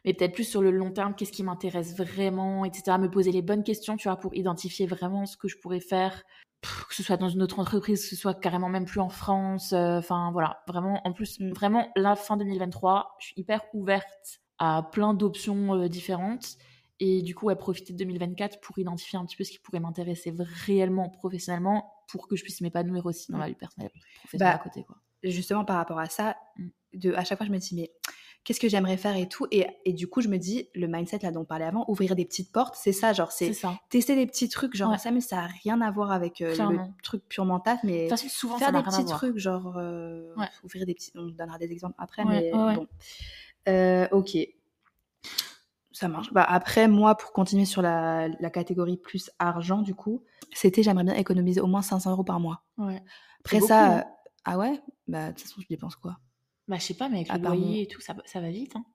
Speaker 2: Mais peut-être plus sur le long terme, qu'est-ce qui m'intéresse vraiment, etc. Me poser les bonnes questions, tu vois, pour identifier vraiment ce que je pourrais faire, pff, que ce soit dans une autre entreprise, que ce soit carrément même plus en France. euh, Enfin, voilà, vraiment, en plus,
Speaker 1: Mm.
Speaker 2: vraiment, la fin 2023, je suis hyper ouverte à plein d'options euh, différentes. Et du coup, ouais, profiter de 2024 pour identifier un petit peu ce qui pourrait m'intéresser réellement professionnellement pour que je puisse m'épanouir aussi dans
Speaker 1: Mm.
Speaker 2: ma vie personnelle, professionnelle
Speaker 1: Bah,
Speaker 2: à côté, quoi.
Speaker 1: justement par rapport à ça,
Speaker 2: Mm.
Speaker 1: de, à chaque fois je me dis mais qu'est-ce que j'aimerais faire et tout, et, et du coup je me dis le mindset là dont on parlait avant, ouvrir des petites portes, c'est ça, genre
Speaker 2: C'est
Speaker 1: c'est
Speaker 2: ça. De
Speaker 1: tester des petits trucs, genre
Speaker 2: Ouais.
Speaker 1: ça mais ça a rien à voir avec euh, le
Speaker 2: Clairement.
Speaker 1: truc purement taf, mais
Speaker 2: toute façon, souvent,
Speaker 1: faire
Speaker 2: ça n'a
Speaker 1: des
Speaker 2: rien à
Speaker 1: petits
Speaker 2: voir.
Speaker 1: trucs, genre euh,
Speaker 2: Ouais.
Speaker 1: ouvrir des petits, on donnera des exemples après,
Speaker 2: Ouais,
Speaker 1: mais
Speaker 2: ouais, ouais.
Speaker 1: bon, Euh, ok. Ça marche. Bah, après, moi, pour continuer sur la, la catégorie plus argent, du coup, c'était j'aimerais bien économiser au moins 500 euros par mois.
Speaker 2: Ouais.
Speaker 1: Après
Speaker 2: beaucoup,
Speaker 1: ça,
Speaker 2: hein.
Speaker 1: euh, ah ouais Bah, de toute façon, je dépense quoi
Speaker 2: Bah, je sais pas, mais avec
Speaker 1: À
Speaker 2: le
Speaker 1: part mon-
Speaker 2: loyer et tout, ça, ça va vite. Hein.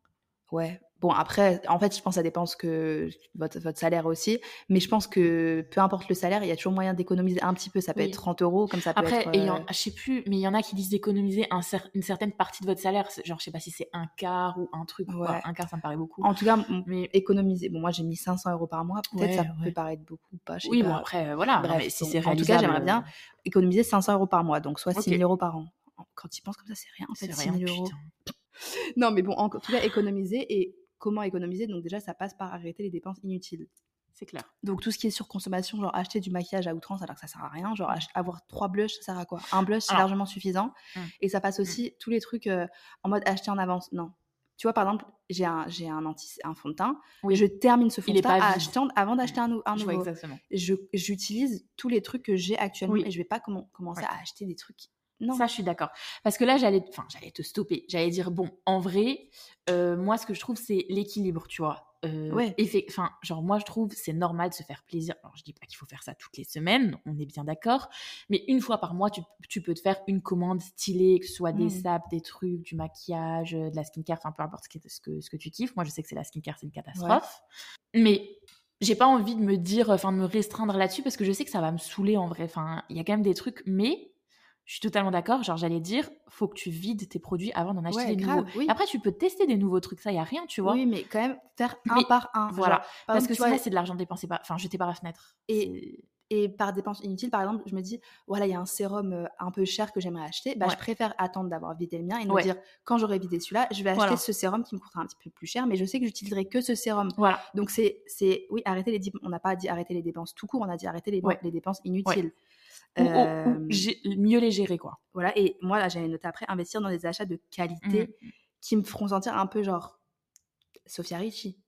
Speaker 1: Ouais. Bon, après, en fait, je pense que ça dépend ce que votre, votre salaire aussi. Mais je pense que peu importe le salaire, il y a toujours moyen d'économiser un petit peu. Ça peut
Speaker 2: Oui.
Speaker 1: être 30 euros, comme ça peut
Speaker 2: Après,
Speaker 1: être.
Speaker 2: et il y en- ah,
Speaker 1: euh,
Speaker 2: je sais plus, mais il y en a qui disent économiser un cer- une certaine partie de votre salaire. C'est- Genre, je sais pas si c'est un quart ou un truc. ou quoi.
Speaker 1: Ouais.
Speaker 2: Un quart, ça me paraît beaucoup.
Speaker 1: En tout cas, m-
Speaker 2: Mais
Speaker 1: économiser. Bon, moi, j'ai mis 500 euros par mois. Peut-être
Speaker 2: Ouais,
Speaker 1: ça
Speaker 2: ouais.
Speaker 1: peut paraître beaucoup ou pas. Je sais
Speaker 2: oui,
Speaker 1: pas.
Speaker 2: bon, après, euh, voilà. Non,
Speaker 1: Bref,
Speaker 2: mais si
Speaker 1: bon,
Speaker 2: c'est
Speaker 1: en tout cas,
Speaker 2: réalisable,
Speaker 1: j'aimerais bien
Speaker 2: euh,
Speaker 1: économiser 500 euros par mois, donc soit
Speaker 2: Ok.
Speaker 1: 6 000 euros par an. Quand tu penses comme ça, c'est rien en fait,
Speaker 2: C'est
Speaker 1: 6
Speaker 2: rien,
Speaker 1: 000 euros.
Speaker 2: putain.
Speaker 1: Non, mais bon, en en tout cas, économiser et comment économiser Donc, déjà, ça passe par arrêter les dépenses inutiles.
Speaker 2: C'est clair.
Speaker 1: Donc, tout ce qui est surconsommation, genre acheter du maquillage à outrance alors que ça sert à rien, genre ach- avoir trois blushs, ça sert à quoi Un blush, c'est
Speaker 2: Alors.
Speaker 1: largement suffisant.
Speaker 2: Mm.
Speaker 1: Et ça passe aussi tous les trucs euh, en mode acheter en avance. Non. Tu vois, par exemple, j'ai un, j'ai un, anti- un fond de teint.
Speaker 2: Oui.
Speaker 1: Je termine ce fond
Speaker 2: Il
Speaker 1: de
Speaker 2: est
Speaker 1: teint
Speaker 2: pas
Speaker 1: à
Speaker 2: vide. Mmh.
Speaker 1: acheter en- avant d'acheter un, nou- un
Speaker 2: Je
Speaker 1: nouveau
Speaker 2: vois exactement.
Speaker 1: je- j'utilise tous les trucs que j'ai actuellement
Speaker 2: Oui.
Speaker 1: et je vais pas commen- commencer
Speaker 2: Ouais.
Speaker 1: à acheter des trucs. Non.
Speaker 2: Ça, je suis d'accord. Parce que là, j'allais, enfin, j'allais te stopper. J'allais dire, bon, en vrai, euh, moi, ce que je trouve, c'est l'équilibre, tu vois. Euh,
Speaker 1: Ouais.
Speaker 2: effe- Enfin, genre, moi, je trouve, c'est normal de se faire plaisir. Alors, je dis pas qu'il faut faire ça toutes les semaines, on est bien d'accord. Mais une fois par mois, tu, tu peux te faire une commande stylée, que ce soit des
Speaker 1: Mm.
Speaker 2: sapes, des trucs, du maquillage, euh, de la skincare, enfin, peu importe ce que, ce que, ce que tu kiffes. Moi, je sais que c'est la skincare, c'est une catastrophe. Mais j'ai pas envie de me dire, enfin, de me restreindre là-dessus parce que je sais que ça va me saouler en vrai. Enfin, il y a quand même des trucs, mais je suis totalement d'accord. Genre, j'allais dire, faut que tu vides tes produits avant d'en acheter
Speaker 1: Ouais,
Speaker 2: des nouveaux.
Speaker 1: grave, oui.
Speaker 2: Après, tu peux tester des nouveaux trucs, ça, y a rien, tu vois.
Speaker 1: Oui, mais quand même faire un
Speaker 2: Mais
Speaker 1: par un.
Speaker 2: voilà.
Speaker 1: Genre, par
Speaker 2: Parce
Speaker 1: exemple,
Speaker 2: que
Speaker 1: tu vois,
Speaker 2: sinon, c'est de l'argent dépensé, par... enfin, jeté par la fenêtre.
Speaker 1: Et- et par dépenses inutiles, par exemple, je me dis, voilà, il y a un sérum euh, un peu cher que j'aimerais acheter. Bah,
Speaker 2: Ouais.
Speaker 1: Je préfère attendre d'avoir vidé le mien et me
Speaker 2: Ouais.
Speaker 1: dire, quand j'aurai vidé celui-là, je vais acheter
Speaker 2: Voilà.
Speaker 1: ce sérum qui me coûtera un petit peu plus cher, mais je sais que j'utiliserai que ce sérum.
Speaker 2: C'est- Voilà.
Speaker 1: Donc, c'est, c'est oui, arrêter les dépenses. On n'a pas dit arrêter les dépenses tout court, on a dit arrêter les,
Speaker 2: Ouais.
Speaker 1: les dépenses inutiles.
Speaker 2: Ou- ou- ou
Speaker 1: Euh,
Speaker 2: gé- mieux les gérer, quoi.
Speaker 1: voilà, et moi, là, j'avais noté après,
Speaker 2: Mmh.
Speaker 1: investir dans des achats de qualité qui me feront sentir un peu genre Sophia Richie.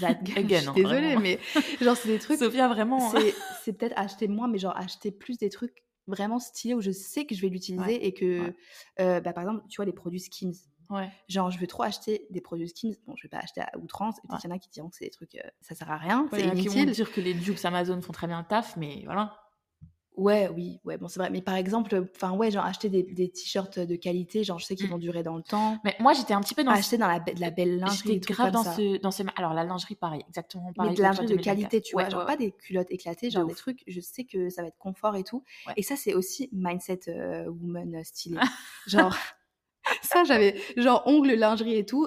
Speaker 1: Genre, that girl,
Speaker 2: Again,
Speaker 1: je suis
Speaker 2: hein,
Speaker 1: désolée,
Speaker 2: vraiment. hein.
Speaker 1: mais genre, c'est des trucs.
Speaker 2: Sophia, vraiment.
Speaker 1: c'est- C'est peut-être acheter moins, mais genre acheter plus des trucs vraiment stylés où je sais que je vais l'utiliser
Speaker 2: Ouais,
Speaker 1: et que,
Speaker 2: ouais.
Speaker 1: euh, bah, par exemple, tu vois, les produits Skims.
Speaker 2: Ouais.
Speaker 1: Genre, je veux trop acheter des produits Skims. Bon, je vais pas acheter à outrance. Et puis,
Speaker 2: Ouais.
Speaker 1: il y en a qui diront que c'est des trucs, euh, ça sert à rien,
Speaker 2: Ouais,
Speaker 1: c'est
Speaker 2: il y en a qui vont
Speaker 1: inutile.
Speaker 2: dire que les dupes Amazon font très bien le taf, mais voilà.
Speaker 1: Ouais, oui, ouais, bon, c'est vrai. Mais par exemple, enfin, ouais, genre acheter des, des t-shirts de qualité, genre, je sais qu'ils
Speaker 2: Mm.
Speaker 1: vont durer dans le temps.
Speaker 2: Mais moi, j'étais un petit peu dans.
Speaker 1: acheter dans la, be- de la belle lingerie.
Speaker 2: J'étais
Speaker 1: Ah, des trucs
Speaker 2: grave
Speaker 1: comme
Speaker 2: dans
Speaker 1: ça.
Speaker 2: ce, dans ce. Alors, la lingerie, pareil, exactement pareil.
Speaker 1: mais de
Speaker 2: que toi,
Speaker 1: lingerie de
Speaker 2: 2024.
Speaker 1: qualité, tu
Speaker 2: Ouais,
Speaker 1: vois, genre
Speaker 2: ouais,
Speaker 1: pas des culottes éclatées,
Speaker 2: De
Speaker 1: genre des
Speaker 2: ouf.
Speaker 1: trucs, je sais que ça va être confort et tout.
Speaker 2: Ouais.
Speaker 1: Et ça, c'est aussi mindset euh, woman euh, stylé. genre, ça, j'avais, genre, ongles, lingerie et tout.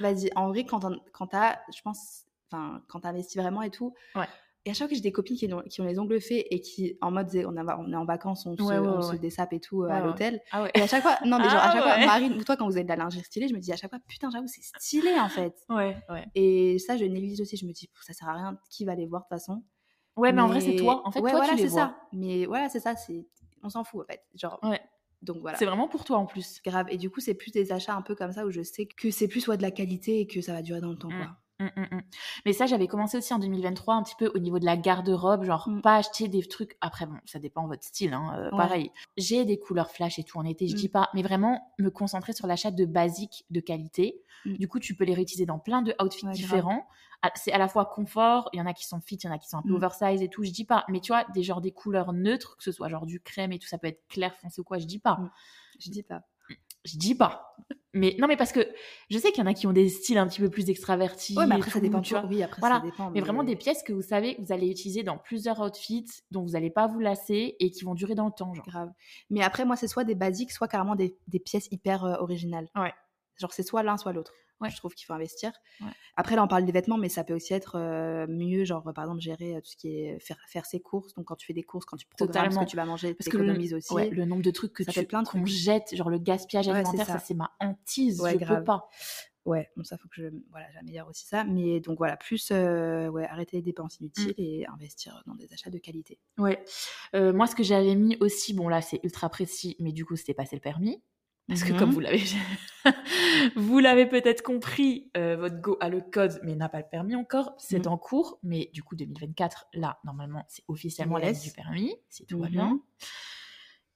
Speaker 1: Vas-y, en vrai, quand t'en- quand t'as, je pense, enfin, quand t'investis vraiment et tout.
Speaker 2: Ouais.
Speaker 1: Et à chaque fois que j'ai des copines qui ont, qui ont les ongles faits et qui, en mode, on, a- on est en vacances, on, se,
Speaker 2: Ouais, ouais,
Speaker 1: on
Speaker 2: ouais,
Speaker 1: se
Speaker 2: ouais.
Speaker 1: dessape et tout euh,
Speaker 2: Ouais,
Speaker 1: à
Speaker 2: ouais.
Speaker 1: l'hôtel.
Speaker 2: Ah ouais.
Speaker 1: Et à chaque fois, non, mais genre, à
Speaker 2: Ah
Speaker 1: chaque
Speaker 2: ouais.
Speaker 1: fois, Marine, ou toi, quand vous avez de la lingerie stylée, je me dis à chaque fois, putain, j'avoue, c'est stylé en fait.
Speaker 2: Ouais, ouais.
Speaker 1: Et ça, je néglige aussi. Je me dis, Pff, ça sert à rien. Qui va les voir de toute façon
Speaker 2: Ouais, mais, en vrai, c'est toi. En fait,
Speaker 1: ouais,
Speaker 2: toi,
Speaker 1: voilà,
Speaker 2: tu les
Speaker 1: c'est
Speaker 2: vois.
Speaker 1: ça. Mais voilà, c'est ça. C'est, on s'en fout en fait. Genre.
Speaker 2: Ouais.
Speaker 1: Donc voilà.
Speaker 2: C'est vraiment pour toi en plus.
Speaker 1: Grave. Et du coup, c'est plus des achats un peu comme ça où je sais que c'est plus soit de la qualité et que ça va durer dans le temps.
Speaker 2: Mm.
Speaker 1: Quoi.
Speaker 2: Mm, mm, mm. Mais ça, j'avais commencé aussi en 2023 un petit peu au niveau de la garde-robe, genre
Speaker 1: Mm.
Speaker 2: pas acheter des trucs. Après, bon, ça dépend de votre style, hein, euh,
Speaker 1: Ouais.
Speaker 2: pareil. J'ai des couleurs flash et tout en été, je
Speaker 1: Mm.
Speaker 2: dis pas, mais vraiment me concentrer sur l'achat de basiques de qualité.
Speaker 1: Mm.
Speaker 2: Du coup, tu peux les réutiliser dans plein de outfits
Speaker 1: Ouais, grave.
Speaker 2: différents. Ah, C'est à la fois confort, il y en a qui sont fit, il y en a qui sont un peu
Speaker 1: Mm.
Speaker 2: oversize et tout, je dis pas. Mais tu vois, des genres des couleurs neutres, que ce soit genre du crème et tout, ça peut être clair, foncé ou quoi, je dis pas.
Speaker 1: Mm. Je dis pas.
Speaker 2: Je dis pas. Mais non, mais parce que je sais qu'il y en a qui ont des styles un petit peu plus extravertis.
Speaker 1: Ouais, mais
Speaker 2: et
Speaker 1: après, ça
Speaker 2: tout,
Speaker 1: dépend.
Speaker 2: tu
Speaker 1: toujours-
Speaker 2: vois.
Speaker 1: Oui, après,
Speaker 2: Voilà.
Speaker 1: ça dépend.
Speaker 2: Mais vraiment des pièces que vous savez que vous allez utiliser dans plusieurs outfits, dont vous n'allez pas vous lasser et qui vont durer dans le temps, genre.
Speaker 1: Grave. Mais après, moi, c'est soit des basiques, soit carrément des, des pièces hyper euh, originales.
Speaker 2: Ouais.
Speaker 1: Genre, c'est soit l'un, soit l'autre.
Speaker 2: Ouais.
Speaker 1: Je trouve qu'il faut investir.
Speaker 2: Ouais.
Speaker 1: Après, là, on parle des vêtements, mais ça peut aussi être euh, mieux, genre, par exemple, gérer euh, tout ce qui est faire, faire ses courses. Donc, quand tu fais des courses, quand tu programmes ce
Speaker 2: Totalement.
Speaker 1: que tu vas manger,
Speaker 2: Parce que le,
Speaker 1: t'économises aussi.
Speaker 2: ouais, le nombre de trucs que
Speaker 1: Ça
Speaker 2: tu
Speaker 1: fait plein de
Speaker 2: qu'on
Speaker 1: trucs.
Speaker 2: jette, genre le gaspillage
Speaker 1: Ouais, c'est
Speaker 2: alimentaire, ça
Speaker 1: ça.
Speaker 2: c'est ma hantise,
Speaker 1: Ouais,
Speaker 2: je
Speaker 1: grave.
Speaker 2: peux pas.
Speaker 1: Ouais, bon, ça, faut que je, voilà, j'améliore aussi ça. Mais donc, voilà, plus, euh, ouais, arrêter les dépenses
Speaker 2: Mm.
Speaker 1: inutiles et investir dans des achats de qualité.
Speaker 2: Ouais. Euh, moi, ce que j'avais mis aussi, bon là c'est ultra précis, mais du coup c'était passé le permis. Parce que
Speaker 1: Mhm.
Speaker 2: comme vous l'avez, vous l'avez peut-être compris, euh, votre Go a le code mais n'a pas le permis encore. C'est
Speaker 1: Mhm.
Speaker 2: en cours, mais du coup 2024, là normalement c'est officiellement l'année
Speaker 1: Yes.
Speaker 2: du permis, si tout va bien.
Speaker 1: Mhm.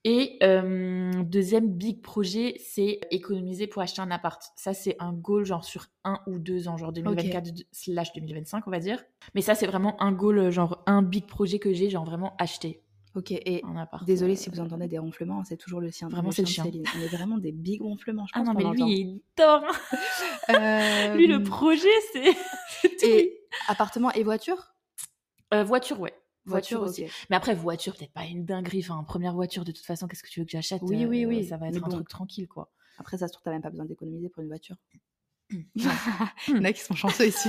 Speaker 2: Et euh, deuxième big projet, c'est économiser pour acheter un appart. Ça, c'est un goal genre sur un ou deux ans, genre 2024 slash 2025, on va dire. Mais ça, c'est vraiment un goal, euh, genre un big projet que j'ai, genre vraiment acheter
Speaker 1: Ok, et
Speaker 2: un appart.
Speaker 1: Désolée
Speaker 2: Euh,
Speaker 1: si vous entendez des ronflements, c'est toujours le sien.
Speaker 2: Vraiment,
Speaker 1: le
Speaker 2: c'est le
Speaker 1: chien de
Speaker 2: chien.
Speaker 1: Céline. Mais vraiment des big ronflements, je
Speaker 2: Ah
Speaker 1: pense.
Speaker 2: non, mais
Speaker 1: qu'on
Speaker 2: lui,
Speaker 1: entend.
Speaker 2: il dort.
Speaker 1: Euh,
Speaker 2: lui, le projet, c'est c'est tout. lui.
Speaker 1: Et appartement et voiture
Speaker 2: Euh, voiture, ouais. Voiture, aussi.
Speaker 1: ok.
Speaker 2: Mais après, voiture, peut-être pas une dinguerie. Enfin, première voiture, de toute façon, qu'est-ce que tu veux que j'achète
Speaker 1: Oui, oui,
Speaker 2: Euh,
Speaker 1: oui.
Speaker 2: Ça va être
Speaker 1: Mais
Speaker 2: un
Speaker 1: bon.
Speaker 2: truc tranquille, quoi.
Speaker 1: Après, ça se trouve, t'as même pas besoin d'économiser pour une voiture.
Speaker 2: Mm.
Speaker 1: Il y en a qui sont chanceux ici.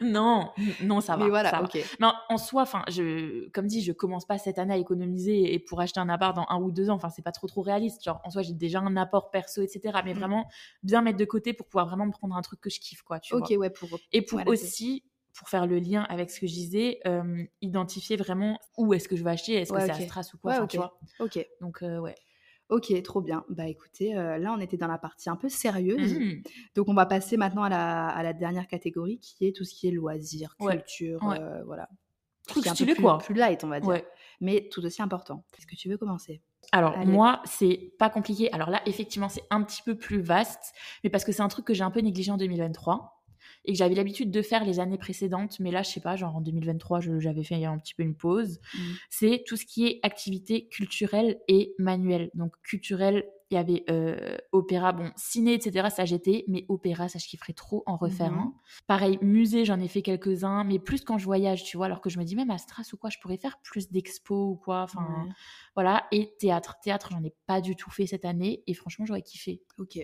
Speaker 2: Non, non, ça va.
Speaker 1: mais voilà,
Speaker 2: ça va.
Speaker 1: ok.
Speaker 2: Non, en soi, enfin, je, comme dit, je commence pas cette année à économiser et pour acheter un appart dans un ou deux ans. Enfin, c'est pas trop trop réaliste. Genre, en soi, j'ai déjà un apport perso, etc. Mais
Speaker 1: Mm.
Speaker 2: vraiment bien mettre de côté pour pouvoir vraiment me prendre un truc que je kiffe, quoi. Tu
Speaker 1: Ok,
Speaker 2: vois.
Speaker 1: ouais, pour.
Speaker 2: Et pour
Speaker 1: voilà, c'est-
Speaker 2: aussi, pour faire le lien avec ce que je disais, euh, identifier vraiment où est-ce que je vais acheter. Est-ce
Speaker 1: Ouais,
Speaker 2: que c'est
Speaker 1: ok.
Speaker 2: à Stras ou quoi
Speaker 1: Ouais,
Speaker 2: enfin,
Speaker 1: ok.
Speaker 2: tu vois.
Speaker 1: Ok,
Speaker 2: Donc euh, ouais.
Speaker 1: ok, trop bien. Bah écoutez, euh, là, on était dans la partie un peu sérieuse.
Speaker 2: Mhm.
Speaker 1: Donc, on va passer maintenant à la, à la dernière catégorie qui est tout ce qui est loisirs,
Speaker 2: Ouais,
Speaker 1: culture,
Speaker 2: ouais.
Speaker 1: euh, voilà. Tout ce
Speaker 2: Truc
Speaker 1: qui est un peu
Speaker 2: stylé,
Speaker 1: plus-
Speaker 2: quoi.
Speaker 1: Plus light, on va dire.
Speaker 2: Ouais.
Speaker 1: mais tout aussi important. Est-ce que tu veux commencer
Speaker 2: Alors
Speaker 1: Allez.
Speaker 2: moi, c'est pas compliqué. Alors là, effectivement, c'est un petit peu plus vaste, mais parce que c'est un truc que j'ai un peu négligé en 2023 et que j'avais l'habitude de faire les années précédentes, mais là, je sais pas, genre en 2023, je- j'avais fait un petit peu une pause.
Speaker 1: Mhm.
Speaker 2: C'est tout ce qui est activité culturelle et manuelle. Donc culturelle, il y avait euh, opéra, bon, ciné, etc. Ça j'étais, mais opéra, ça je kifferais trop en refaire.
Speaker 1: Mhm.
Speaker 2: un. Pareil, musée, j'en ai fait quelques-uns, mais plus quand je voyage, tu vois. Alors que je me dis même à Stras ou quoi, je pourrais faire plus d'expos ou quoi. Enfin.
Speaker 1: Ouais.
Speaker 2: Voilà, et théâtre. Théâtre, j'en ai pas du tout fait cette année et franchement, j'aurais kiffé.
Speaker 1: Ok.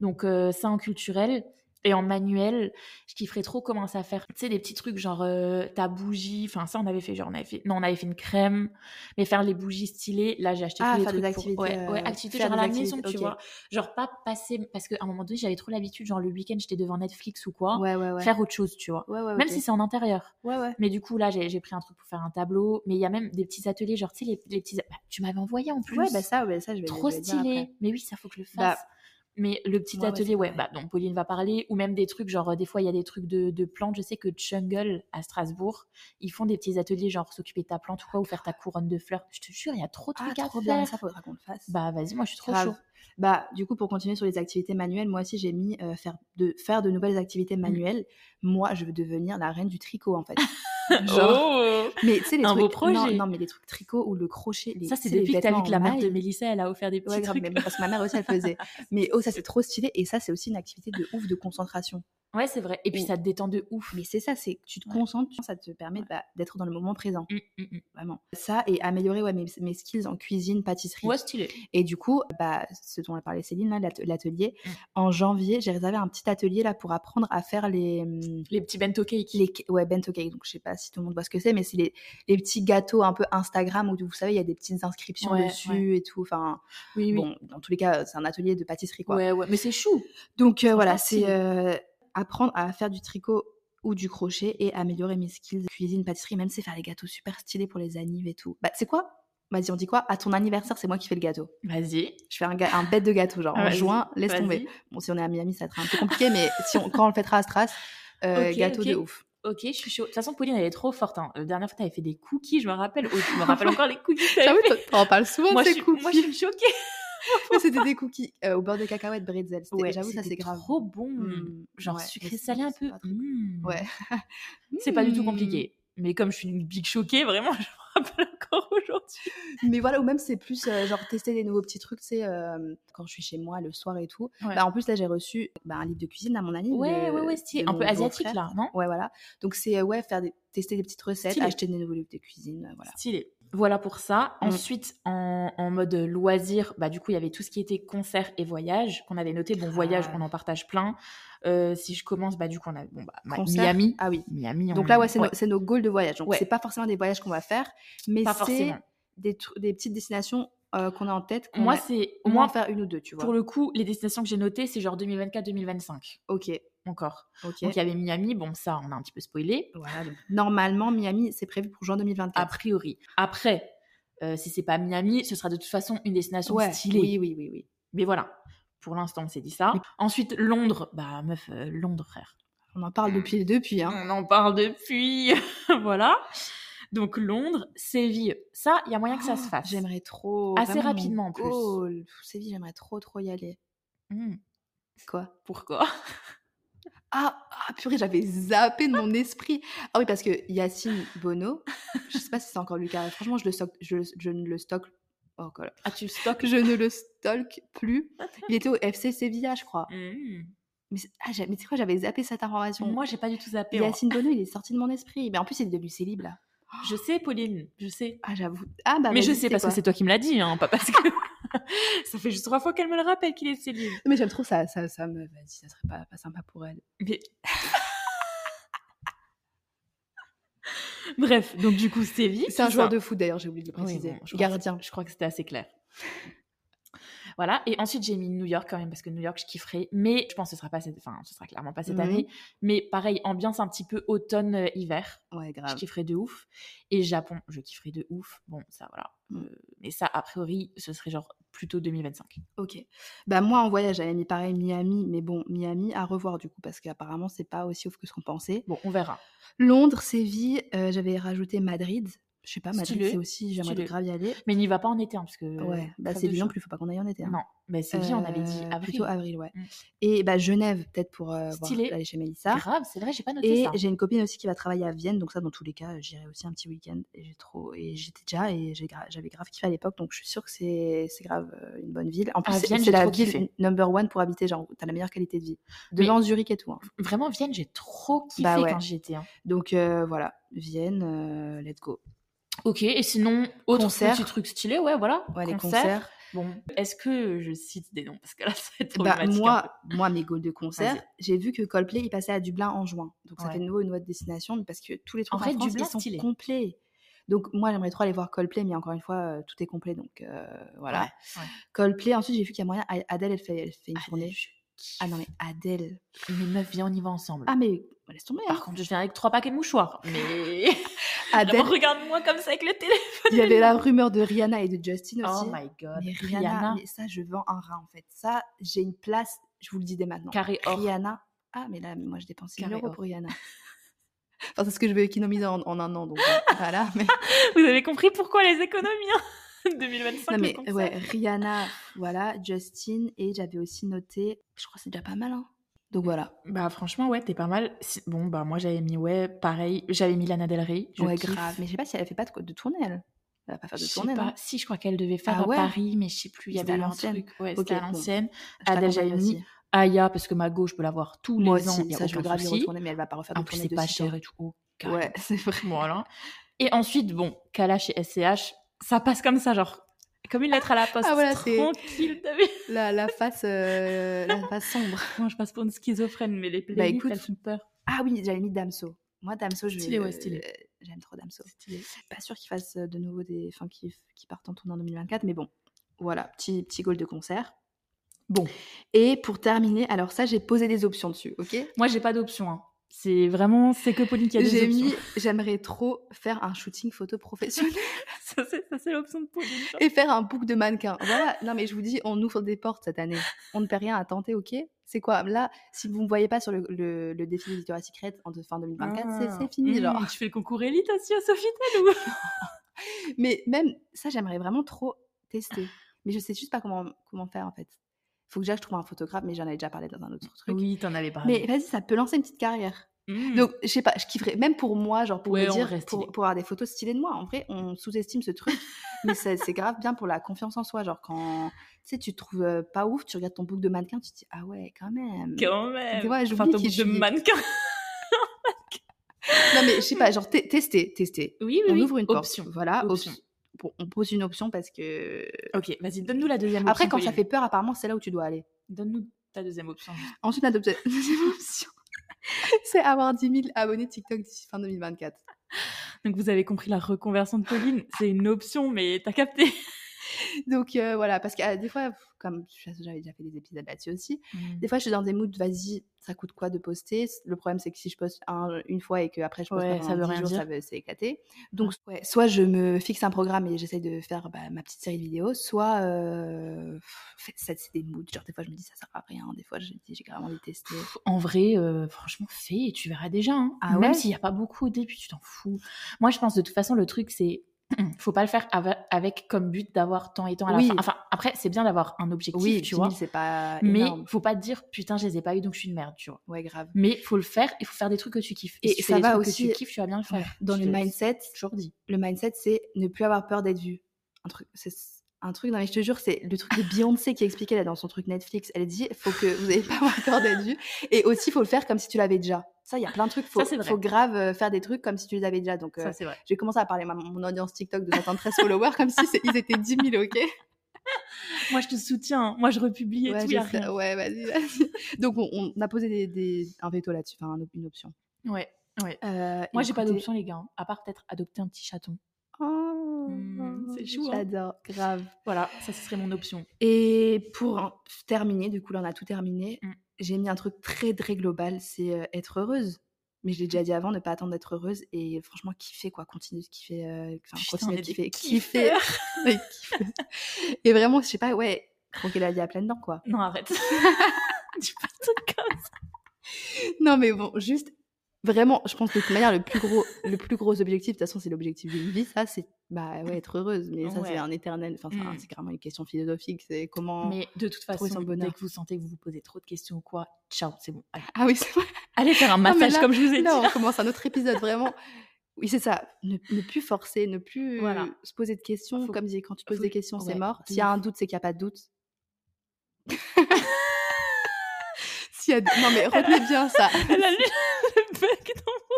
Speaker 2: Donc, euh, ça en culturel et en manuel, je kifferais trop commencer à faire, tu sais, des petits trucs genre euh, ta bougie. Enfin, ça, on avait fait, genre, on avait fait, non, on avait fait une crème, mais faire les bougies stylées. Là, j'ai acheté
Speaker 1: Ah,
Speaker 2: tous les
Speaker 1: faire des
Speaker 2: trucs
Speaker 1: activités,
Speaker 2: pour. Ouais, ouais,
Speaker 1: euh,
Speaker 2: activités
Speaker 1: faire
Speaker 2: genre à
Speaker 1: des
Speaker 2: la
Speaker 1: activités,
Speaker 2: maison, tu
Speaker 1: ok.
Speaker 2: vois. Genre, pas passer, parce qu'à un moment donné, j'avais trop l'habitude, genre, le week-end, j'étais devant Netflix ou quoi,
Speaker 1: Ouais, ouais, ouais.
Speaker 2: hein. faire autre chose, tu vois.
Speaker 1: Ouais, ouais,
Speaker 2: Même
Speaker 1: ok.
Speaker 2: si c'est en intérieur.
Speaker 1: Ouais, ouais.
Speaker 2: Mais du coup, là, j'ai j'ai pris un truc pour faire un tableau. Mais il y a même des petits ateliers, genre, tu sais, les, les petits. bah, tu m'avais envoyé en plus.
Speaker 1: Ouais, bah ça, ouais, ça, je vais
Speaker 2: Trop
Speaker 1: je vais le dire après.
Speaker 2: stylé. Mais oui, ça faut que je le
Speaker 1: Bah,
Speaker 2: fasse. Mais le petit
Speaker 1: Ouais, ouais,
Speaker 2: atelier,
Speaker 1: c'est
Speaker 2: ouais, bah,
Speaker 1: pareil.
Speaker 2: dont Pauline va parler, ou même des trucs, genre, euh, des fois, il y a des trucs de, de plantes. Je sais que Jungle, à Strasbourg, ils font des petits ateliers, genre, s'occuper de ta plante ou quoi, ou faire ta couronne de fleurs. Je te jure, il y a trop de
Speaker 1: Ah,
Speaker 2: trucs à
Speaker 1: trop
Speaker 2: faire.
Speaker 1: bien, ça faudra qu'on le fasse.
Speaker 2: Bah, vas-y, moi, je suis trop
Speaker 1: Grave.
Speaker 2: chaud.
Speaker 1: Bah, du coup, pour continuer sur les activités manuelles, moi aussi, j'ai mis euh, faire, de, faire de nouvelles
Speaker 2: Mmh.
Speaker 1: activités manuelles. Moi, je veux devenir la reine du tricot, en fait. Genre,
Speaker 2: Oh
Speaker 1: mais tu sais, les
Speaker 2: un
Speaker 1: trucs.
Speaker 2: beau
Speaker 1: Non,
Speaker 2: projet.
Speaker 1: non, mais les trucs tricot ou le crochet. Les,
Speaker 2: Ça,
Speaker 1: tu
Speaker 2: c'est
Speaker 1: sais, les
Speaker 2: depuis que t'as vu
Speaker 1: vêtements
Speaker 2: que la
Speaker 1: en
Speaker 2: mère de
Speaker 1: maille.
Speaker 2: Mélissa, elle a offert des petits
Speaker 1: Ouais, grave,
Speaker 2: trucs.
Speaker 1: mais parce que ma mère aussi, elle faisait. Mais oh, ça, c'est trop stylé. Et ça, c'est aussi une activité de ouf de concentration.
Speaker 2: Ouais, c'est vrai. Et puis,
Speaker 1: Ou-
Speaker 2: ça te détend de ouf.
Speaker 1: Mais c'est ça, c'est que tu te
Speaker 2: Ouais.
Speaker 1: concentres, tu- ça te permet bah, d'être dans le moment présent,
Speaker 2: Mm, mm, mm.
Speaker 1: vraiment. Ça, et améliorer ouais, mes, mes skills en cuisine, pâtisserie.
Speaker 2: Ouais, stylé.
Speaker 1: Et du coup, bah, ce dont a parlé Céline, là, l'ate- l'atelier,
Speaker 2: Mm.
Speaker 1: en janvier, j'ai réservé un petit atelier là pour apprendre à faire les, hum,
Speaker 2: Les petits bento cakes.
Speaker 1: les ca- ouais, bento cake. Donc, je sais pas si tout le monde voit ce que c'est, mais c'est les, les petits gâteaux un peu Instagram où vous savez, il y a des petites inscriptions
Speaker 2: Ouais,
Speaker 1: dessus et tout. Enfin,
Speaker 2: Oui, oui.
Speaker 1: bon, dans tous les cas, c'est un atelier de pâtisserie, quoi.
Speaker 2: ouais, ouais. Mais c'est chou.
Speaker 1: Donc euh, voilà,
Speaker 2: Franchement,
Speaker 1: c'est euh, apprendre à faire du tricot ou du crochet et améliorer mes skills cuisine, pâtisserie, même c'est faire les gâteaux super stylés pour les annives et tout. Bah c'est quoi Vas-y, on dit quoi À ton anniversaire, c'est moi qui fais le gâteau.
Speaker 2: Vas-y.
Speaker 1: Je fais un, ga- un bête de gâteau, genre en
Speaker 2: Vas-y,
Speaker 1: juin, laisse
Speaker 2: vas-y.
Speaker 1: tomber. Bon, si on est à Miami, ça va être un peu compliqué, mais si on, quand on le fêtera à Stras, euh,
Speaker 2: Ok,
Speaker 1: gâteau
Speaker 2: ok.
Speaker 1: de ouf.
Speaker 2: Ok, je suis chaud. De toute façon, Pauline, elle est trop forte. Hein. La dernière fois, t'avais fait des cookies, je me rappelle. Oh, je me rappelle encore les cookies. que t'avais
Speaker 1: J'avoue,
Speaker 2: fait.
Speaker 1: t'en- t'en parles souvent,
Speaker 2: moi, je
Speaker 1: ces
Speaker 2: suis,
Speaker 1: cookies.
Speaker 2: moi, je suis choquée.
Speaker 1: Mais C'était des cookies euh, au beurre de cacahuète bretzel. C'était- J'avoue, ça
Speaker 2: c'était
Speaker 1: c'est grave.
Speaker 2: Trop bon.
Speaker 1: Mm,
Speaker 2: Genre
Speaker 1: ouais,
Speaker 2: sucré
Speaker 1: mais
Speaker 2: salé un
Speaker 1: c'est
Speaker 2: peu.
Speaker 1: pas très bon.
Speaker 2: Mm.
Speaker 1: Ouais.
Speaker 2: C'est pas du tout
Speaker 1: Mm.
Speaker 2: compliqué. Mais comme je suis une big choquée, vraiment, je me rappelle encore aujourd'hui.
Speaker 1: Mais voilà, ou même c'est plus euh, genre tester des nouveaux petits trucs, tu sais, euh, quand je suis chez moi le soir et tout.
Speaker 2: Ouais.
Speaker 1: Bah, en plus, là, j'ai reçu bah, un livre de cuisine à mon ami.
Speaker 2: Ouais,
Speaker 1: de-
Speaker 2: ouais, ouais,
Speaker 1: de
Speaker 2: stylé. Un
Speaker 1: mon
Speaker 2: peu asiatique,
Speaker 1: beau-frère.
Speaker 2: là, non
Speaker 1: Ouais, voilà. Donc, c'est euh, ouais, faire des- tester des petites recettes,
Speaker 2: Stylé.
Speaker 1: acheter des nouveaux livres de cuisine, euh, voilà.
Speaker 2: Stylé. Voilà pour ça.
Speaker 1: Mm.
Speaker 2: Ensuite, en, en mode loisir, bah, du coup, il y avait tout ce qui était concert et voyage qu'on avait noté. Bon, voyage,
Speaker 1: Grave.
Speaker 2: on en partage plein. Euh, si je commence, bah, du coup, on a bon, bah, ma-
Speaker 1: Concert.
Speaker 2: Miami.
Speaker 1: Ah oui.
Speaker 2: Miami.
Speaker 1: Donc
Speaker 2: on-
Speaker 1: là, ouais, c'est
Speaker 2: ouais,
Speaker 1: nos- c'est nos, goals de voyage. Donc,
Speaker 2: Ouais.
Speaker 1: c'est pas forcément des voyages qu'on va faire, mais
Speaker 2: pas
Speaker 1: c'est
Speaker 2: forcément.
Speaker 1: des, tru- des petites destinations euh, qu'on a en tête. qu'on
Speaker 2: Moi,
Speaker 1: a-
Speaker 2: c'est
Speaker 1: au
Speaker 2: au
Speaker 1: moins
Speaker 2: moins
Speaker 1: faire une ou deux, tu vois.
Speaker 2: pour le coup, les destinations que j'ai notées, c'est genre 2024-2025
Speaker 1: Ok,
Speaker 2: encore.
Speaker 1: ok.
Speaker 2: Donc il y avait Miami. Bon, ça, on a un petit peu spoilé.
Speaker 1: Voilà, donc, normalement, Miami, c'est prévu pour juin 2024.
Speaker 2: A priori. Après, euh, si c'est pas Miami, ce sera de toute façon une destination
Speaker 1: ouais.
Speaker 2: stylée.
Speaker 1: Oui, oui, oui, oui.
Speaker 2: Mais voilà. Pour l'instant, on s'est dit ça.
Speaker 1: Mais-
Speaker 2: Ensuite, Londres. Bah, meuf, euh, Londres, frère.
Speaker 1: On en
Speaker 2: Ah.
Speaker 1: parle depuis depuis. Hein.
Speaker 2: On en parle depuis. voilà. Donc Londres, Séville. Ça, il y a moyen que ça se
Speaker 1: Oh,
Speaker 2: fasse.
Speaker 1: J'aimerais trop.
Speaker 2: Assez
Speaker 1: vraiment mon
Speaker 2: rapidement, en plus.
Speaker 1: goal. Pff, Séville, j'aimerais trop, trop y aller.
Speaker 2: Hmm,
Speaker 1: Quoi
Speaker 2: pourquoi
Speaker 1: ah, ah, purée, j'avais zappé de mon esprit. Ah oui, parce que Yacine Bono, je sais pas si c'est encore lui car euh, franchement, je, le stock, je, le- je ne le stocke. Oh, quoi, là.
Speaker 2: Ah, tu le stockes
Speaker 1: Je ne le stocke plus. Il était au FC Sévilla, je crois. Mais c'est- ah, j'ai- mais tu sais quoi, j'avais zappé cette information.
Speaker 2: Hmm. Moi, j'ai pas du tout zappé. moi.
Speaker 1: Yacine Bono, il est sorti de mon esprit. Mais en plus, il est devenu célib là.
Speaker 2: Je sais, Pauline, je sais.
Speaker 1: Ah, j'avoue. Ah, bah,
Speaker 2: Mais je
Speaker 1: vas-y, tu
Speaker 2: sais parce
Speaker 1: quoi
Speaker 2: que hein. c'est toi qui me l'as dit, hein, pas parce que. ça fait juste trois fois qu'elle me le rappelle qu'il est célib.
Speaker 1: Mais j'aime trop ça, ça, ça me. Vas-y, ça serait pas, pas sympa pour elle.
Speaker 2: Mais- Bref, donc du coup, Séville.
Speaker 1: C'est un
Speaker 2: tout
Speaker 1: joueur
Speaker 2: ça.
Speaker 1: de foot d'ailleurs, j'ai oublié de le
Speaker 2: Oui,
Speaker 1: préciser.
Speaker 2: bon, je crois que-
Speaker 1: Gardien.
Speaker 2: Je crois que c'était assez clair. Voilà, et ensuite j'ai mis New York quand même parce que New York je kifferais, mais je pense que ce sera pas cette, enfin ce sera clairement pas cette
Speaker 1: Mhm.
Speaker 2: année, mais pareil ambiance un petit peu automne euh, hiver,
Speaker 1: Ouais,
Speaker 2: je
Speaker 1: grave.
Speaker 2: kifferais de ouf, et Japon je kifferais de ouf, bon ça voilà,
Speaker 1: Mm.
Speaker 2: Euh, mais ça a priori ce serait genre plutôt 2025.
Speaker 1: Ok. Bah moi en voyage, j'avais mis pareil Miami, mais bon, Miami à revoir du coup parce qu'apparemment c'est pas aussi ouf que ce qu'on pensait.
Speaker 2: Bon on verra.
Speaker 1: Londres, Séville, euh, j'avais rajouté Madrid. Je sais pas, Madrid
Speaker 2: Stylé,
Speaker 1: c'est aussi j'aimerais de
Speaker 2: stylé.
Speaker 1: grave y aller.
Speaker 2: Mais n'y va pas en été hein, parce que
Speaker 1: Ouais, bah
Speaker 2: crève de
Speaker 1: Séville non
Speaker 2: chaud.
Speaker 1: plus, faut pas qu'on aille en été. hein.
Speaker 2: Non, mais Séville on avait dit
Speaker 1: Euh,
Speaker 2: avril.
Speaker 1: Plutôt avril, ouais.
Speaker 2: Mm.
Speaker 1: Et bah Genève peut-être pour euh, voir-
Speaker 2: Stylé.
Speaker 1: aller chez Mélissa.
Speaker 2: Grave, Ah, c'est vrai j'ai pas noté
Speaker 1: Et
Speaker 2: ça.
Speaker 1: j'ai une copine aussi qui va travailler à Vienne, donc ça, dans tous les cas, j'irai aussi un petit week-end. Et j'ai trop, et j'étais déjà, et j'ai gra- j'avais grave kiffé à l'époque, donc je suis sûre que c'est c'est grave euh, une bonne ville. En plus,
Speaker 2: Ah,
Speaker 1: c'est
Speaker 2: Vienne,
Speaker 1: c'est
Speaker 2: j'ai
Speaker 1: la
Speaker 2: trop
Speaker 1: ville
Speaker 2: kiffé.
Speaker 1: n- number one pour habiter, genre t'as la meilleure qualité de vie,
Speaker 2: Mais-
Speaker 1: devant Zurich et tout. hein.
Speaker 2: Vraiment Vienne j'ai trop kiffé
Speaker 1: Bah ouais.
Speaker 2: quand j'y étais. hein.
Speaker 1: Donc euh, voilà, Vienne, euh, let's go.
Speaker 2: Ok, et sinon, autre
Speaker 1: Concert.
Speaker 2: petit truc stylé, ouais, voilà.
Speaker 1: Ouais, les
Speaker 2: Concert.
Speaker 1: concerts.
Speaker 2: Bon, est-ce que je cite des noms Parce que là, ça va être
Speaker 1: Bah,
Speaker 2: problématique. un
Speaker 1: moi, moi, mes goals de concert,
Speaker 2: Vas-y.
Speaker 1: j'ai vu que Coldplay il passait à Dublin en juin, donc ça
Speaker 2: Ouais.
Speaker 1: fait de nouveau une autre destination, mais parce que tous les trucs en,
Speaker 2: vrai,
Speaker 1: France,
Speaker 2: Dublin,
Speaker 1: ils sont
Speaker 2: stylé.
Speaker 1: complets. Donc moi, j'aimerais trop aller voir Coldplay, mais encore une fois, euh, tout est complet, donc euh,
Speaker 2: peu.
Speaker 1: voilà.
Speaker 2: Ouais, ouais.
Speaker 1: Coldplay. Ensuite, j'ai vu qu'il y a moyen. A- Adèle, elle fait, elle fait une
Speaker 2: Adèle,
Speaker 1: tournée.
Speaker 2: je kiffe.
Speaker 1: Ah non, mais Adèle.
Speaker 2: hein. Mais meuf, viens, on y va ensemble.
Speaker 1: Ah, mais laisse tomber. hein.
Speaker 2: Par contre, je viens avec trois paquets de mouchoirs. Mais.
Speaker 1: Adèle,
Speaker 2: Regarde-moi comme ça avec le téléphone.
Speaker 1: il y avait la rumeur de Rihanna et de Justin
Speaker 2: Oh
Speaker 1: aussi.
Speaker 2: my god.
Speaker 1: mais Rihanna, mais ça, je vends un rein en fait. Ça, j'ai une place, je vous le dis dès maintenant.
Speaker 2: Carré or.
Speaker 1: Rihanna. Ah, mais là, moi, je dépense 1000
Speaker 2: Carré
Speaker 1: euros
Speaker 2: or.
Speaker 1: pour Rihanna. Enfin, c'est ce que je vais économiser en, en un an, donc euh, voilà. Mais,
Speaker 2: Vous avez compris pourquoi les économies hein 2025.
Speaker 1: non,
Speaker 2: le
Speaker 1: mais
Speaker 2: concert.
Speaker 1: ouais, Rihanna, voilà, Justin, et j'avais aussi noté, je crois que c'est déjà pas mal, hein. Donc voilà.
Speaker 2: Bah franchement ouais t'es pas mal. Si- Bon bah moi j'avais mis ouais pareil j'avais mis Lana Del Rey. Je
Speaker 1: ouais,
Speaker 2: kiffe.
Speaker 1: grave. Mais je sais pas si elle fait pas de, de tournée, elle. Elle va pas faire
Speaker 2: Je
Speaker 1: de
Speaker 2: sais
Speaker 1: tournée, non
Speaker 2: pas. Si je crois qu'elle devait faire
Speaker 1: Ah
Speaker 2: à
Speaker 1: ouais
Speaker 2: Paris mais je sais plus il y
Speaker 1: C'était
Speaker 2: avait
Speaker 1: à
Speaker 2: un
Speaker 1: l'ancienne.
Speaker 2: truc ouais
Speaker 1: Ok,
Speaker 2: c'était à
Speaker 1: bon.
Speaker 2: l'ancienne.
Speaker 1: Je
Speaker 2: Adèle,
Speaker 1: t'accompagne
Speaker 2: j'avais
Speaker 1: aussi.
Speaker 2: mis Aya parce que ma gauche je peux l'avoir tous
Speaker 1: Moi
Speaker 2: les ans
Speaker 1: aussi,
Speaker 2: y a
Speaker 1: ça, je veux
Speaker 2: aucun
Speaker 1: grave y
Speaker 2: souci.
Speaker 1: retourner, mais elle va pas refaire de
Speaker 2: En plus
Speaker 1: tournée de
Speaker 2: c'est pas
Speaker 1: six ans.
Speaker 2: cher et tout. Oh, carrément.
Speaker 1: Ouais, c'est vrai.
Speaker 2: Voilà. Et ensuite, bon, Kala chez SCH, ça passe comme ça, genre, comme une lettre à la poste.
Speaker 1: Ah, voilà, c'est-
Speaker 2: tranquille, t'as vu
Speaker 1: La, la face, euh, la face sombre.
Speaker 2: Moi, je passe pour une schizophrène, mais les playlists,
Speaker 1: Bah, écoute,
Speaker 2: elles font peur.
Speaker 1: Ah oui, j'avais mis Damso. Moi, Damso, je
Speaker 2: Stylé, ouais, stylé.
Speaker 1: euh, J'aime trop Damso. Pas sûr qu'il fasse euh, de nouveau des. Enfin, qu'il qu'il parte en tournée en 2024, mais bon. Voilà, petit, petit goal de concert.
Speaker 2: Bon.
Speaker 1: Et pour terminer, alors ça, j'ai posé des options dessus, ok
Speaker 2: Moi, j'ai pas d'option. hein. C'est vraiment, c'est que Pauline qui a des
Speaker 1: J'ai
Speaker 2: options.
Speaker 1: mis, j'aimerais trop faire un shooting photo professionnel
Speaker 2: ça, c'est, ça, c'est l'option de Pauline. genre.
Speaker 1: et faire un book de mannequin. Voilà, non mais je vous dis, on ouvre des portes cette année. On ne perd rien à tenter, ok C'est quoi Là, si vous ne me voyez pas sur le, le, le défi de Victoria's Secret en de- fin 2024, Bah, c'est-
Speaker 2: Ah.
Speaker 1: c'est fini,
Speaker 2: Mmh,
Speaker 1: genre.
Speaker 2: Tu fais le concours élite aussi à Sofitel ou
Speaker 1: Mais même ça, j'aimerais vraiment trop
Speaker 2: Ah.
Speaker 1: tester. Mais je sais juste pas comment, comment faire en fait. Faut que déjà je trouve un photographe, mais j'en avais déjà parlé dans un autre truc.
Speaker 2: Oui, t'en avais parlé.
Speaker 1: Mais vas-y, ça peut lancer une petite carrière.
Speaker 2: Mmh.
Speaker 1: Donc, je sais pas, je kifferais, même pour moi, genre pour
Speaker 2: Ouais,
Speaker 1: me
Speaker 2: on
Speaker 1: dire,
Speaker 2: reste
Speaker 1: pour,
Speaker 2: stylé.
Speaker 1: pour avoir des photos stylées de moi. En vrai, on sous-estime ce truc, mais c'est c'est grave bien pour la confiance en soi. Genre, quand tu sais, tu te trouves euh, pas ouf, tu regardes ton book de mannequin, tu te dis, ah ouais, quand même.
Speaker 2: quand même.
Speaker 1: Tu vois, j'oublie
Speaker 2: Enfin, ton
Speaker 1: qui
Speaker 2: bout
Speaker 1: je
Speaker 2: de
Speaker 1: suis.
Speaker 2: mannequin.
Speaker 1: Non, mais je sais pas, genre, te- tester, tester.
Speaker 2: Oui,
Speaker 1: On ouvre une
Speaker 2: option.
Speaker 1: porte. Voilà,
Speaker 2: Option.
Speaker 1: option. Bon, on pose une option parce que.
Speaker 2: Ok, vas-y, donne-nous la deuxième
Speaker 1: Après,
Speaker 2: option,
Speaker 1: quand ça
Speaker 2: Pauline.
Speaker 1: fait peur, apparemment, c'est là où tu dois aller.
Speaker 2: Donne-nous ta deuxième option. juste.
Speaker 1: Ensuite, la deuxi- deuxième option, c'est avoir 10 000 abonnés TikTok d'ici fin 2024.
Speaker 2: Donc vous avez compris la reconversion de Pauline, c'est une option, mais t'as capté.
Speaker 1: Donc euh, voilà, parce que euh, des fois, pff, comme je- j'avais déjà fait des épisodes là-dessus aussi,
Speaker 2: Mm.
Speaker 1: des fois je suis dans des moods, vas-y, ça coûte quoi de poster Le problème c'est que si je poste un- une fois et que après je poste
Speaker 2: Ouais,
Speaker 1: pendant
Speaker 2: ça veut
Speaker 1: 10
Speaker 2: rien
Speaker 1: jours,
Speaker 2: dire.
Speaker 1: ça veut c'est éclaté. Donc ouais, soit je me fixe un programme et j'essaye de faire bah, ma petite série de vidéos, soit euh, pff, en fait, ça c'est des moods. Genre des fois je me dis ça sert à rien, des fois je me dis j'ai carrément détesté.
Speaker 2: En vrai, euh, franchement, fais et tu verras déjà. hein.
Speaker 1: Ah
Speaker 2: Même
Speaker 1: ouais
Speaker 2: s'il n'y a pas beaucoup au début, tu t'en fous. Moi, je pense de toute façon, le truc, c'est faut pas le faire ava- avec comme but d'avoir tant et tant à la
Speaker 1: Oui.
Speaker 2: fin. Enfin, après, c'est bien d'avoir un objectif,
Speaker 1: oui, 10
Speaker 2: tu vois.
Speaker 1: 000, c'est pas
Speaker 2: Mais
Speaker 1: énorme.
Speaker 2: faut pas te dire putain, je les ai pas eu, donc je suis une merde, tu vois.
Speaker 1: Ouais, grave.
Speaker 2: Mais faut le faire et faut faire des trucs que tu kiffes.
Speaker 1: Et
Speaker 2: si tu
Speaker 1: ça
Speaker 2: fais des
Speaker 1: va
Speaker 2: trucs
Speaker 1: aussi-
Speaker 2: que tu kiffes, tu vas bien le faire.
Speaker 1: Dans
Speaker 2: Je
Speaker 1: le
Speaker 2: te-
Speaker 1: mindset,
Speaker 2: toujours dit.
Speaker 1: le mindset, c'est ne plus avoir peur d'être vu. Un truc, c'est un truc, non mais je te jure, c'est le truc de Beyoncé qui expliquait là dans son truc Netflix. Elle dit, faut que vous n'ayez pas avoir peur d'être vu. Et aussi, faut le faire comme si tu l'avais déjà. Ça, il y a plein de trucs. Faut,
Speaker 2: Ça, c'est vrai.
Speaker 1: faut grave euh, faire des trucs comme si tu les avais déjà. Donc, euh,
Speaker 2: Ça, c'est vrai.
Speaker 1: je vais commencer à parler à ma- mon audience TikTok de 73 followers comme si c'est- ils étaient 10 000, ok
Speaker 2: Moi, je te soutiens. hein. Moi, je republie et
Speaker 1: Ouais,
Speaker 2: tout. y a
Speaker 1: je sais.
Speaker 2: rien.
Speaker 1: Ouais, vas-y, vas-y. Donc, on, on a posé des, des- un veto là-dessus, enfin, un- une option.
Speaker 2: Ouais.
Speaker 1: Euh,
Speaker 2: Moi, j'ai pas
Speaker 1: écoutez-
Speaker 2: d'option, les gars. hein. À part peut-être adopter un petit chaton.
Speaker 1: Oh,
Speaker 2: Mm, c'est chou, hein.
Speaker 1: J'adore, grave.
Speaker 2: Voilà, ça, ce serait mon option.
Speaker 1: Et pour en terminer, du coup, là, on a tout terminé.
Speaker 2: Mm.
Speaker 1: J'ai mis un truc très, très global, c'est euh, être heureuse. Mais je l'ai déjà dit avant, ne pas attendre d'être heureuse et franchement, kiffer, quoi. Continuer de kiffer. euh, Enfin,
Speaker 2: Putain, on
Speaker 1: continuer
Speaker 2: est
Speaker 1: de kiffer.
Speaker 2: des
Speaker 1: Kiffer.
Speaker 2: kiffeurs.
Speaker 1: Ouais, kiffer. et vraiment, je sais pas, ouais, croquer la vie à pleines dents, quoi.
Speaker 2: Non, arrête. Dis pas de trucs comme ça.
Speaker 1: Non, mais bon, juste, vraiment, je pense que de toute manière, le plus gros, le plus gros objectif, de toute façon, c'est l'objectif d'une vie, ça, c'est. Bah ouais, Mmh. être heureuse, mais ça
Speaker 2: Ouais.
Speaker 1: c'est un éternel, enfin c'est un-
Speaker 2: Mm.
Speaker 1: c'est carrément une question philosophique, c'est comment...
Speaker 2: Mais de toute
Speaker 1: Trouver
Speaker 2: façon,
Speaker 1: son bonheur.
Speaker 2: dès que vous sentez que vous vous posez trop de questions ou quoi, ciao, c'est bon. Allez,
Speaker 1: Ah oui, c'est vrai.
Speaker 2: Allez faire un
Speaker 1: Ah, mais
Speaker 2: massage
Speaker 1: là-
Speaker 2: comme je vous ai
Speaker 1: Là,
Speaker 2: dit.
Speaker 1: on commence un autre épisode, vraiment. Oui, c'est ça. Ne, ne plus forcer, ne plus euh,
Speaker 2: Voilà.
Speaker 1: se poser de questions.
Speaker 2: Faut-
Speaker 1: Comme je dis, quand tu poses
Speaker 2: faut-
Speaker 1: des questions,
Speaker 2: ouais,
Speaker 1: c'est mort.
Speaker 2: de
Speaker 1: S'il y a un doute, c'est qu'il n'y a pas de doute. S'il y a... Non, mais retenez bien ça.
Speaker 2: Elle a lu le bug dans mon-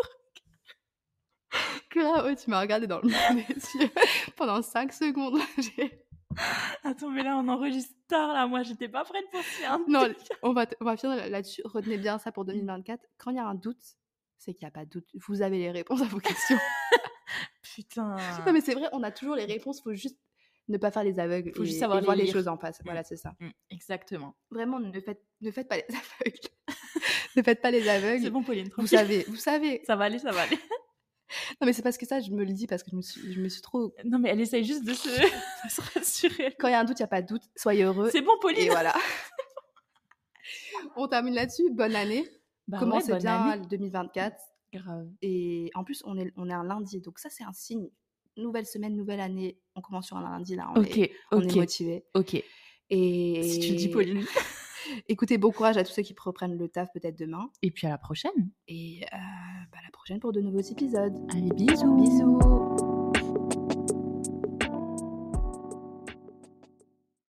Speaker 1: Grave, ouais, tu m'as regardé dans le des yeux pendant 5 secondes. J'ai-
Speaker 2: Attends, mais là, on enregistre tard, là. Moi, j'étais pas prête pour faire un
Speaker 1: Non,
Speaker 2: truc.
Speaker 1: on va, on va finir là-dessus. Retenez bien ça
Speaker 2: Mmh.
Speaker 1: pour 2024. Quand il y a un doute, c'est qu'il n'y a pas de doute. Vous avez les réponses à vos questions.
Speaker 2: Putain.
Speaker 1: Non, mais c'est vrai, on a toujours les réponses. Faut juste ne pas faire les aveugles.
Speaker 2: Faut
Speaker 1: et,
Speaker 2: juste savoir
Speaker 1: et
Speaker 2: les
Speaker 1: voir les
Speaker 2: lire.
Speaker 1: choses en face. Voilà, c'est ça.
Speaker 2: Mm, Exactement.
Speaker 1: Vraiment, ne faites, ne faites pas les aveugles. ne faites pas les aveugles.
Speaker 2: C'est bon, Pauline,
Speaker 1: vous
Speaker 2: tranquille.
Speaker 1: savez, vous savez.
Speaker 2: Ça va aller, ça va aller.
Speaker 1: Non, mais c'est parce que ça, je me le dis parce que je me suis, je me suis trop.
Speaker 2: Non, mais elle essaye juste de se, de se rassurer.
Speaker 1: Quand il y a un doute, il n'y a pas de doute. Soyez heureux.
Speaker 2: C'est bon, Pauline.
Speaker 1: Et voilà. On termine là-dessus. Bonne année.
Speaker 2: Bah ouais,
Speaker 1: Commencez
Speaker 2: bonne
Speaker 1: bien
Speaker 2: année.
Speaker 1: le 2024.
Speaker 2: Grave.
Speaker 1: Et en plus, on est, on est un lundi. Donc, ça, c'est un signe. Nouvelle semaine, nouvelle année. On commence sur un lundi, là. On
Speaker 2: Ok,
Speaker 1: est, on est
Speaker 2: ok,
Speaker 1: motivé.
Speaker 2: ok.
Speaker 1: Et...
Speaker 2: Si tu le dis, Pauline.
Speaker 1: Écoutez, bon courage à tous ceux qui reprennent le taf peut-être demain.
Speaker 2: Et puis à la prochaine.
Speaker 1: Et euh, bah, à la prochaine pour de nouveaux épisodes.
Speaker 2: Allez, bisous.
Speaker 1: Bisous